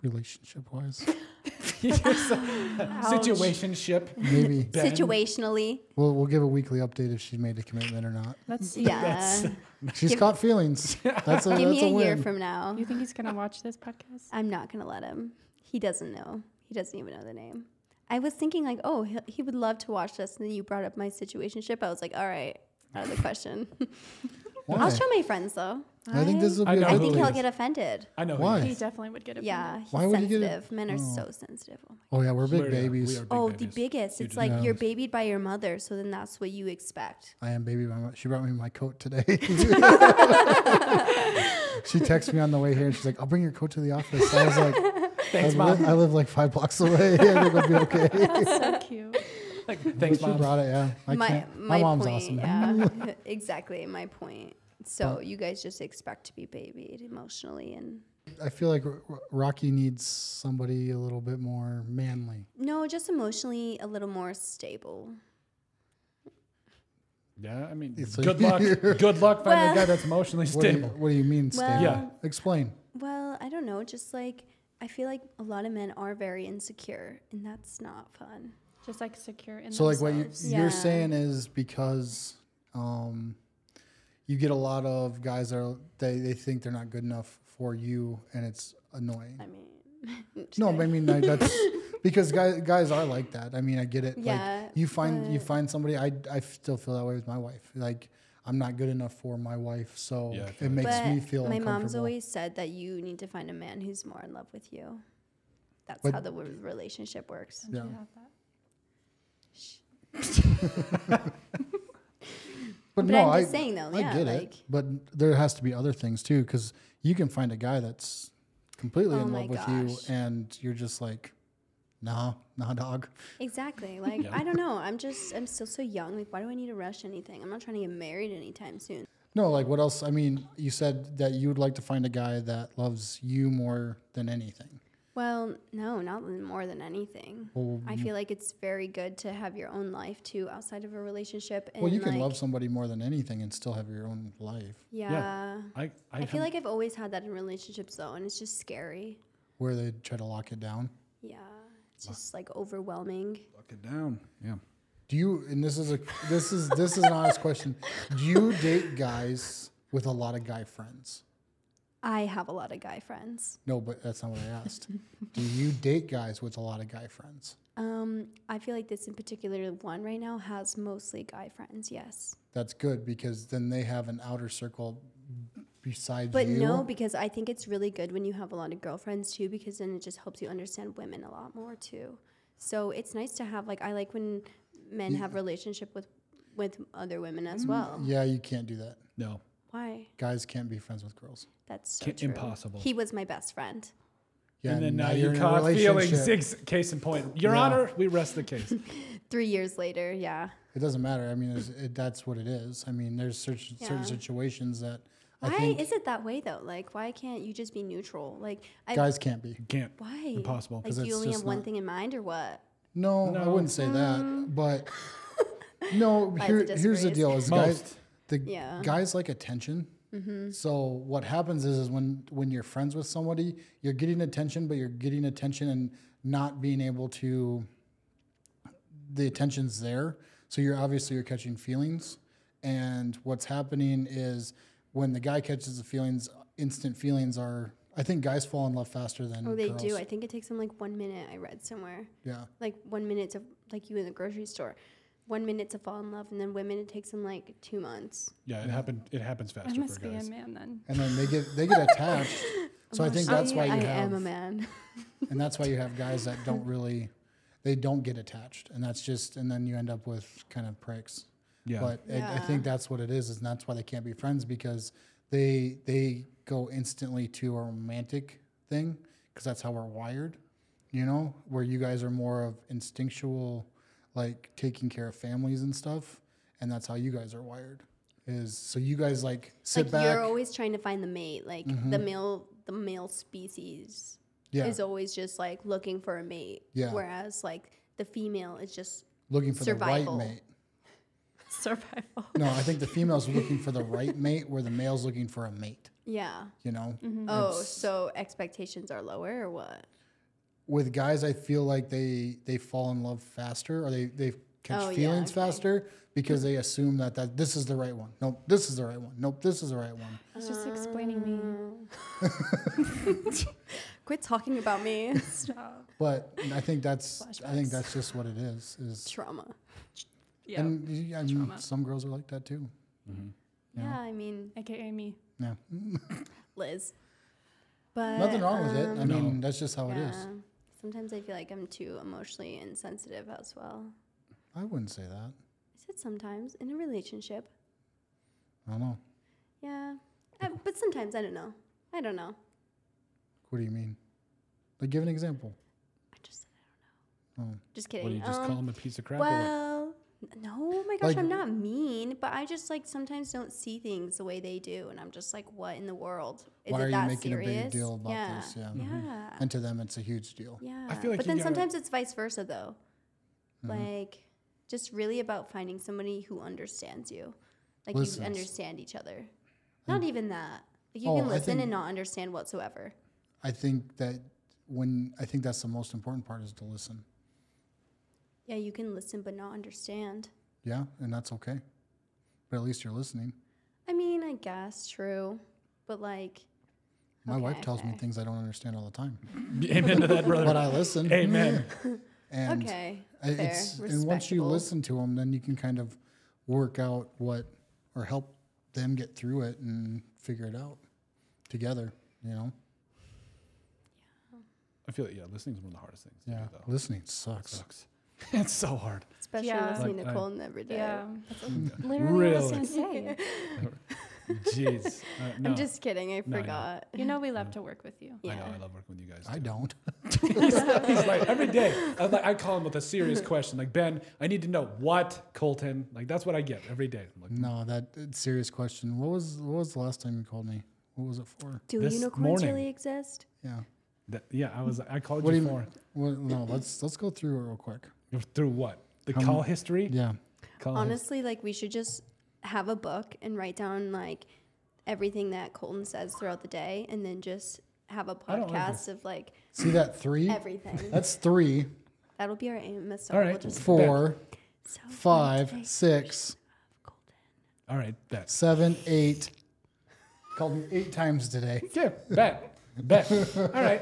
A: relationship wise.
B: Situationship.
A: Maybe
B: Ben.
D: Situationally,
A: we'll we'll give a weekly update if she's made a commitment or not.
E: Let's see.
D: yeah.
A: She's
D: Give-
A: caught feelings. That's a
D: Give
A: that's
D: me
A: a,
D: a year
A: win.
D: from now.
E: You think he's gonna watch this podcast?
D: I'm not gonna let him. He doesn't know. He doesn't even know the name. I was thinking like, oh, he, he would love to watch this, and then you brought up my situationship. I was like, all right, out of the question.
A: Why?
D: I'll show my friends though.
A: I think this will be
B: I
A: a
B: know
A: good
D: I
B: who
D: think
B: he
D: he'll
B: is.
D: get offended.
B: I know.
A: Why?
B: Who
E: He definitely would get it.
D: Yeah, he's
A: Why would he get it?
D: sensitive. Men are
A: Oh.
D: so sensitive. Oh, my
A: Oh yeah, we're
B: he is.
A: big babies.
B: We are big
D: oh the
B: babies.
D: biggest.
B: You
D: It's
B: just-
D: like
A: Yeah.
D: you're babied by your mother, so then that's what you expect.
A: I am baby mama. She brought me my coat today. she texted me on the way here and she's like, "I'll bring your coat to the office." I was like,
B: Thanks,
A: I,
B: mom.
A: li- I live like five blocks away. I think I'll be okay.
E: So cute.
B: Like, thanks,
A: she
B: mom.
A: brought it. Yeah, I
D: my
A: can't.
D: my
A: My, mom's
D: point,
A: awesome.
D: yeah, exactly my point. So you guys just expect to be babied emotionally and
A: I feel like R- R- Rocky needs somebody a little bit more manly.
D: no, just emotionally a little more stable.
B: Yeah, I mean,
A: It's
B: good luck.
A: like-
B: Good luck finding
D: Well-
B: a guy that's emotionally
A: What do, you,
B: stable.
A: what do you mean stable?
D: Well,
B: Yeah.
A: Explain.
D: well, I don't know. Just like I feel like a lot of men are very insecure, and that's not fun.
E: Just like secure in
A: So like what you,
E: themselves.
A: you're
D: Yeah.
A: saying is because um, you get a lot of guys that are, they they think they're not good enough for you, and it's annoying.
D: I mean, just
A: No,
D: kidding.
A: I mean like, that's because guys guys are like that. I mean, I get it.
D: Yeah,
A: like you find you
D: but-
A: find somebody. I I still feel that way with my wife. Like I'm not good enough for my wife, so
B: Yeah, I feel
A: it
B: that.
A: makes
D: but
A: me feel
D: my
A: uncomfortable.
D: mom's always said that you need to find a man who's more in love with you. That's
A: But-
D: how the w- relationship works.
E: Don't you
A: Yeah.
E: have that?
A: but,
D: But
A: no,
D: I'm
A: I,
D: just saying though,
A: I
D: yeah,
A: get
D: like
A: it. But there has to be other things too, because you can find a guy that's completely
D: Oh
A: in
D: my
A: love with you,
D: gosh.
A: and you're just like, nah, nah, dog.
D: exactly. Like
B: Yeah.
D: I don't know. I'm just I'm still so young. Like why do I need to rush anything? I'm not trying to get married anytime soon.
A: No, like what else? I mean, you said that you would like to find a guy that loves you more than anything.
D: Well, no, not l- more than anything.
A: Well,
D: I feel like it's very good to have your own life too outside of a relationship. And
A: well, you can
D: like,
A: love somebody more than anything and still have your own life.
D: Yeah.
B: I,
D: I
B: hun-
D: feel like I've always had that in relationships though, and it's just scary.
A: Where they try to lock it down.
D: Yeah. It's just like overwhelming.
B: lock it down. Yeah.
A: Do you? And this is a this is this is an honest question. Do you date guys with a lot of guy friends?
D: I have a lot of guy friends.
A: No, but that's not what I asked. Do you date guys with a lot of guy friends?
D: Um, I feel like this in particular one right now has mostly guy friends, yes.
A: That's good because then they have an outer circle besides
D: But
A: you.
D: no, because I think it's really good when you have a lot of girlfriends too, because then it just helps you understand women a lot more too. So it's nice to have like I like when men have relationship with with other women as well.
A: Mm, yeah, you can't do that.
B: No.
D: Why?
A: Guys can't be friends with girls.
D: That's so
B: Can't-
D: true.
B: impossible.
D: He was my best friend.
A: Yeah,
B: and then now,
A: you're
B: you're
A: in a
B: caught feeling
A: relationship.
B: six case in point. Your
A: Yeah.
B: Honor, we rest the case.
D: Three years later, yeah.
A: It doesn't matter. I mean, it's, it, that's what it is. I mean, there's certain,
D: Yeah.
A: certain situations that I
D: Why
A: think
D: is it that way though? Like, why can't you just be neutral? Like, I
A: guys can't be.
B: Can't.
D: why?
B: Impossible.
D: Like,
A: 'Cause
D: do you
A: it's
D: only
A: just
D: have one
A: not-
D: thing in mind or what?
A: No, I
B: No.
A: wouldn't say
D: Mm.
A: that. But no,
D: Liza
A: here, here's the
D: disagrees.
A: deal: is guys,
B: Most.
A: the
D: Yeah. Mm-hmm.
A: guys like attention. So what happens is, is when when you're friends with somebody, you're getting attention, but you're getting attention and not being able to. The attention's there, so you're obviously you're catching feelings, and what's happening is when the guy catches the feelings, instant feelings are. I think guys fall in love faster than
D: Oh, they
A: girls.
D: do. I think it takes them like one minute. I read somewhere.
A: yeah,
D: Like one minute to like you in the grocery store, one minute to fall in love, and then women it takes them like two months.
B: Yeah, it happened. It happens
E: I
B: faster for
E: must be a
B: guys.
E: man then.
A: and then they get they get attached. So I think that's why you
D: Oh, I
A: have
D: am a man.
A: and that's why you have guys that don't really they don't get attached and that's just and then you end up with kind of pricks
B: Yeah.
A: but I, I
D: Yeah.
A: think that's what it is and that's why they can't be friends because they they go instantly to a romantic thing because that's how we're wired you know where you guys are more of instinctual like taking care of families and stuff and that's how you guys are wired is so you guys like sit
D: like
A: back Mm-hmm.
D: you're always trying to find the mate. Like the male, the male species
A: yeah
D: is always just like looking for a mate.
A: Yeah.
D: Whereas like the female is just
A: looking for
D: survival.
A: the right mate
E: Survival.
A: no i think the female's looking for the right mate where the male's looking for a mate
D: yeah.
A: you know
D: Oh,
A: Mm-hmm. It's-
D: so expectations are lower or what?
A: with guys i feel like they they fall in love faster or they they catch
D: Oh, yeah,
A: feelings
D: okay.
A: faster because they assume that that this is the right one nope this is the right one nope this is the right one
E: It's just explaining me.
D: Quit talking about me.
E: Stop.
A: but i think that's i think
E: Flashbacks.
A: that's just what it is is
D: Trauma.
E: Yeah.
A: and y- I mean,
E: Trauma.
A: some girls are like that too
B: Mm-hmm.
D: Yeah. I mean,
E: AKA me.
A: yeah
D: Liz. But
A: nothing wrong with it i
D: um,
B: No.
A: mean that's just how it is
D: yeah. Sometimes I feel like I'm too emotionally insensitive as well.
A: i wouldn't say that
D: I said sometimes in a relationship.
A: i don't know
D: Yeah. I, but sometimes I don't know. I don't know.
A: what do you mean like give an example
D: I just said I don't
A: Oh.
D: know. Just
B: What do
D: kidding.
B: you just
D: um,
B: call him a piece of crap? or what?
D: Well, no, oh my gosh,
A: Like-
D: I'm not mean, but I just like sometimes don't see things the way they do, and I'm just like, what in the world? Is
A: Why
D: it
A: are you
D: that
A: making a big
D: serious?
A: deal about
D: yeah.
A: this? Yeah. Mhm.
D: yeah,
A: and to them it's a huge deal
D: yeah.
B: feel like
D: but
B: you Mm-hmm.
D: then
B: gotta-
D: sometimes it's vice versa though. Like, just really about finding somebody who understands you. Like
A: Listens.
D: you understand each other.
B: Mm-hmm.
D: Not even that. Like you
A: Oh,
D: can
A: I
D: listen
A: think-
D: and not understand whatsoever.
A: I think that when I think that's the most important part is to listen.
D: Yeah, you can listen but not understand.
A: Yeah, and that's okay. But at least you're listening.
D: I mean, I guess true, but like
A: My wife
D: Okay,
A: tells me
D: fair.
A: things I don't understand all the time,
B: Amen to that,
A: but
B: brother.
A: I listen.
B: Amen.
A: And
D: okay,
A: I-
D: fair,
A: it's and once you
D: respectable.
A: listen to them, then you can kind of work out what or help them get through it and figure it out together. You know,
B: I feel like, yeah, listening is one of the hardest things.
A: yeah,
B: To do, though.
A: listening
B: It
A: sucks.
B: sucks. it's so hard.
D: especially
E: Yeah.
D: listening
B: Like,
D: to
B: I-
D: Colton every day.
E: Yeah.
B: Really?
A: Mm.
E: Literally, what I was going to say.
B: Jeez. Uh, no.
D: I'm just kidding. I
B: No, no.
D: forgot.
E: You know, we love to work with you.
B: I
D: Yeah.
B: know. I love working with you guys.
A: I
B: too.
A: don't.
B: He's like every day. I, like, I call him with a serious question, like Ben. I need to know what Colton. Like that's what I get every day. I'm like,
A: No, that it's a serious question. What was what was the last time you called me? What was it for?
D: Do
B: This
D: unicorns
B: morning.
D: really exist?
A: Yeah.
B: that, yeah, I was. I called
A: What do
B: you
A: you
B: for
A: mean? Well, no, let's let's go through it real quick.
B: through what the
A: How
B: call
A: many-
B: history.
A: Yeah.
B: Call his-
D: Honestly, like we should just have a book and write down like everything that Colton says throughout the day, and then just have a
B: I don't like
D: podcast of like
A: See that three?
D: everything.
A: That's three,
D: That'll be our aim. So
B: All
D: we'll
B: right.
D: just
A: four,
D: so
A: five,
D: much
A: six,
D: Colton.
B: All right, bet.
A: seven, eight. Called me eight times today.
B: Yeah, bet, bet. All right.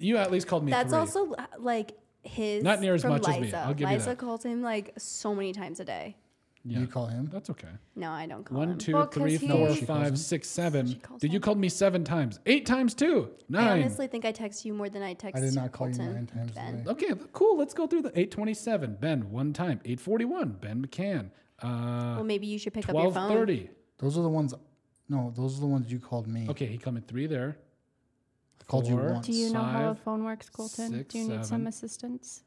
B: You at least called me
D: That's
B: three.
D: also uh, like his
B: Not near as
D: from
B: much as
D: Liza.
B: me, I'll give you
D: Liza
B: that.
D: calls him like so many times a day.
B: yeah,
A: You call him?
B: that's okay.
D: No, I don't call him.
B: One, two,
E: Well, 'cause
B: three,
E: he-
B: four,
E: No, she
A: calls him.
B: five, six, seven.
D: She calls
B: Did you
D: him.
B: call me seven times? Eight times too.
D: I
B: Nine.
D: honestly think I text you more than I text.
A: I did not call you
D: Colton
A: nine times
D: then.
A: today.
B: Okay, th- cool. Let's go through the 827. Ben, one time. 841. Ben McCann. Uh,
D: Well, maybe you should pick up your phone.
B: 1230.
A: Those are the ones. No, those are the ones you called me.
B: Okay, he coming three there.
A: I called you
B: Four.
A: once.
E: Do you know how a
B: Five,
E: phone works, Colton?
B: six,
E: Do you need
B: seven.
E: some assistance?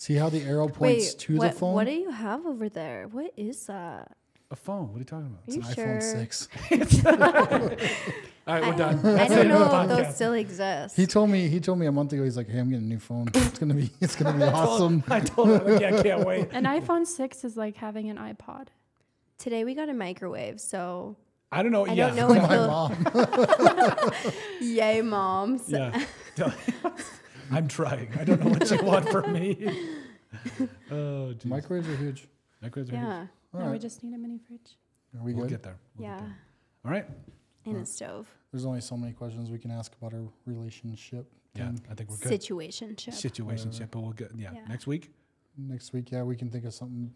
A: See how the arrow
D: Wait,
A: points to
D: what,
A: the phone?
D: what do you have over there? What is that?
B: A phone. What are you talking about?
D: Are you
A: iPhone
D: sure?
A: six.
B: All right,
D: I,
B: we're done.
D: I
B: That's
D: don't
B: it.
D: know if those still exist.
A: He told me. He told me a month ago. He's like, "Hey, I'm getting a new phone. It's gonna be. It's gonna be awesome."
B: I told him, like, yeah, I can't wait.
E: An iPhone 6 is like having an iPod.
D: Today we got a microwave, so
B: I don't know.
D: I
B: yeah.
D: don't know if
A: My
D: they'll.
A: mom.
D: Yay, mom! So-
B: Yeah. Tell- I'm trying. I don't know what you want from me. Oh, geez.
A: Microwaves are huge.
B: Microwaves are huge.
D: yeah,
A: All
E: no, we
A: right.
E: just need a mini fridge.
A: Are we
B: We'll
A: good?
B: get there. We'll get
D: yeah,
B: there. All right.
D: and a stove
A: There's only so many questions we can ask about our relationship.
B: Yeah,
A: thing.
B: I think we're good.
D: situationship.
B: Situationship, but we'll get, yeah.
D: Yeah.
B: Next week?
A: Next week, yeah, we can think of something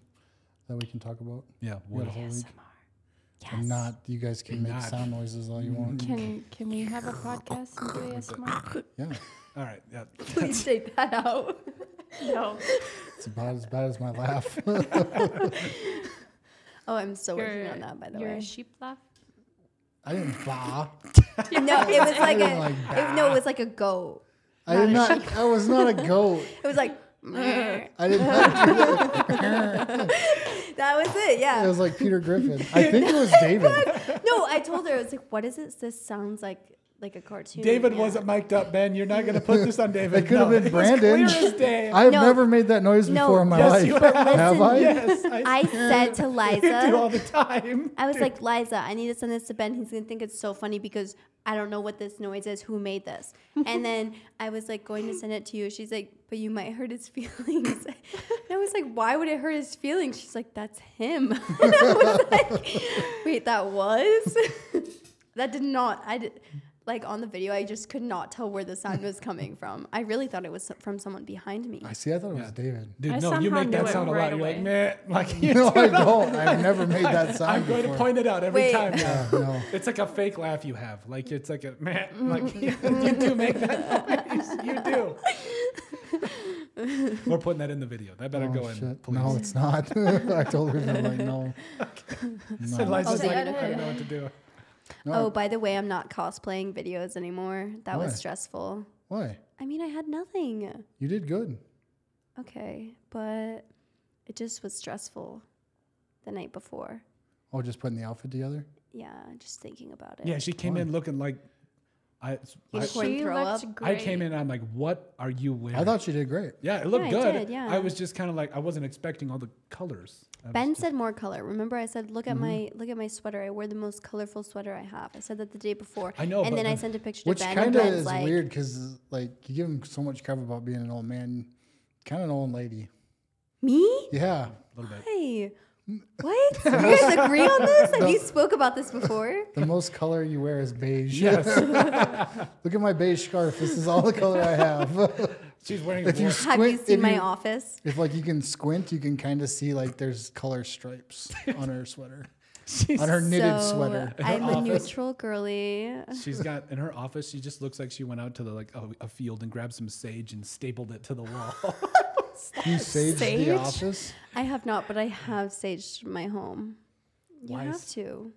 A: that we can talk about.
B: Yeah.
A: We got
B: What
A: a whole week.
D: Yes.
A: And not you guys can make
B: Not.
A: sound noises all you want.
E: Can can we have a podcast and do ASMR?
A: Yeah,
B: All right. Yeah.
D: Please take that out.
E: no.
A: it's about as bad as my laugh.
D: Oh, I'm still working
E: You're-
D: on that, by the
E: you're
D: way.
E: a sheep laugh?
A: I didn't bah.
D: no, it was like a
A: didn't like
D: it- no, it was like a goat.
A: I did not. I was not a goat.
D: It was like that
A: I did not. do that.
D: was it.
A: It
D: Yeah.
A: was like Peter Griffin. I think it was David.
D: No, I told her I was like, what is it? This sounds like like a cartoon.
B: David
D: Yeah.
B: wasn't mic'd up, Ben. You're not going to put this on David.
A: It could have
B: No,
A: been
B: was
A: Brandon.
B: clear as day.
A: I've
D: No.
A: never made that noise
D: No.
A: before in my
B: Yes,
A: life.
B: you have.
A: Have I?
B: yes, I,
D: I said to
B: do
D: Liza,
B: all the time.
D: I was like, Liza, I need to send this to Ben. He's gonna think it's so funny because I don't know what this noise is. Who made this? And then I was like going to send it to you. She's like, but you might hurt his feelings. And I was like, why would it hurt his feelings? She's like, that's him. And I was like, wait, that was? that did not. I did. Like on the video, I just could not tell where the sound was coming from. I really thought it was from someone behind me.
A: I see. I thought it was
B: Yeah.
A: David.
B: Dude,
E: I
B: no, you
E: somehow
B: make that
E: knew it
B: sound a lot.
E: right
B: You're like, meh.
E: away.
B: Like, you
A: No,
B: do
A: I
B: that.
A: don't. I've never made that sound.
B: I'm going to
A: before.
B: point it out every
D: Wait.
B: time.
A: Yeah,
B: Now.
A: no.
B: It's like a fake laugh you have. Like, it's like a meh. Like, you, you do make that noise. You do. We're putting that in the video. That better
A: Oh,
B: go in,
A: shit.
B: please.
A: No, it's not. I told her, I'm like, no.
B: So
A: No.
B: Liza's
D: Okay.
B: like, I don't know what to do.
A: no.
D: Oh, by the way, I'm not cosplaying videos anymore. That
A: Why?
D: was stressful.
A: Why?
D: I mean, I had nothing.
A: You did good.
D: Okay, but it just was stressful the night before.
A: Oh, just putting the outfit together?
D: Yeah, just thinking about it.
B: Yeah, she came
A: Why?
B: in looking like I,
D: You
B: I,
D: just wouldn't
E: She
D: throw
E: looked
D: up?
E: great.
B: I came in. I'm like, what are you wearing?
A: I thought she did great.
B: yeah, it looked
D: Yeah, I
B: good.
D: did, yeah.
B: I was just kind of like, I wasn't expecting all the colors. I was
D: Ben
B: just-
D: said more color. Remember, I said, "Look at my look at my sweater. I wore the most colorful sweater I have." I said that the day before.
B: I know,
D: And
B: but
D: then I
B: then-
D: sent a picture
A: Which
D: to Ben. and
A: kind of
D: Ben's
A: is
D: like,
A: weird because like you give him so much crap about being an old man, kind of an old lady.
D: "Me?
A: Yeah,
B: a little bit.
D: Hey, what? you guys agree on this? Have you spoke about this before?"
A: the most color you wear is beige.
B: Yes,
A: Look at my beige scarf. This is all the color I have.
B: she's wearing. A
A: If you
B: dwarf.
D: Have you
A: Squint,
D: seen
A: if
D: my
A: you-
D: office?
A: if like you can squint, you can kind of see like there's color stripes on her sweater,
B: She's,
A: on her knitted
D: So,
A: sweater.
D: I'm a
B: Office.
D: neutral girly.
B: she's got in her office. She just looks like she went out to the like a, a field and grabbed some sage and stapled it to the wall.
A: You sage
D: Sage?
A: the office.
D: I have not, but I have saged my home. You
B: Why
D: have
B: is-
D: to.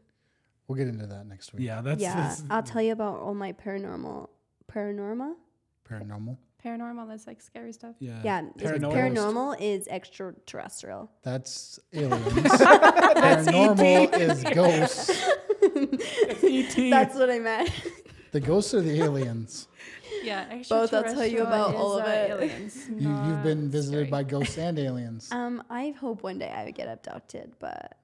A: We'll get into that next week.
B: yeah, that's,
D: yeah,
B: that's
D: I'll tell you about all my paranormal paranorma.
B: Uh,
A: Paranormal.
E: Paranormal, that's like scary stuff.
B: yeah.
D: Yeah, is it
B: Paranormal.
D: paranormal is extraterrestrial.
A: That's aliens. Paranormal is ghosts.
B: ET.
D: That's what I meant.
A: The ghosts are the aliens.
E: Yeah,
D: Both, I'll tell you
E: extraterrestrial
D: about all
E: is,
D: of
E: uh,
D: it.
E: aliens,
A: You, you've been
E: not
A: visited by
E: scary.
A: ghosts and aliens.
D: Um, I hope one day I would get abducted, but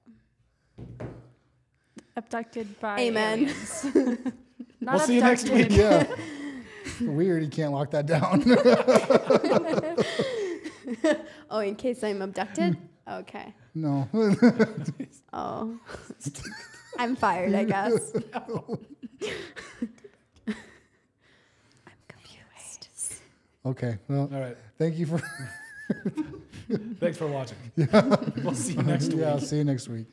E: abducted by
D: Amen.
E: aliens. Not
B: We'll see you next
E: abducted.
A: yeah. Weird. You can't lock that down.
D: oh, in case I'm abducted, okay.
A: no.
D: Oh, I'm fired, I guess. I'm confused.
A: Okay. Well,
B: All right.
A: thank you for.
B: Thanks for watching. We'll see you next week.
A: yeah. I'll see you next week.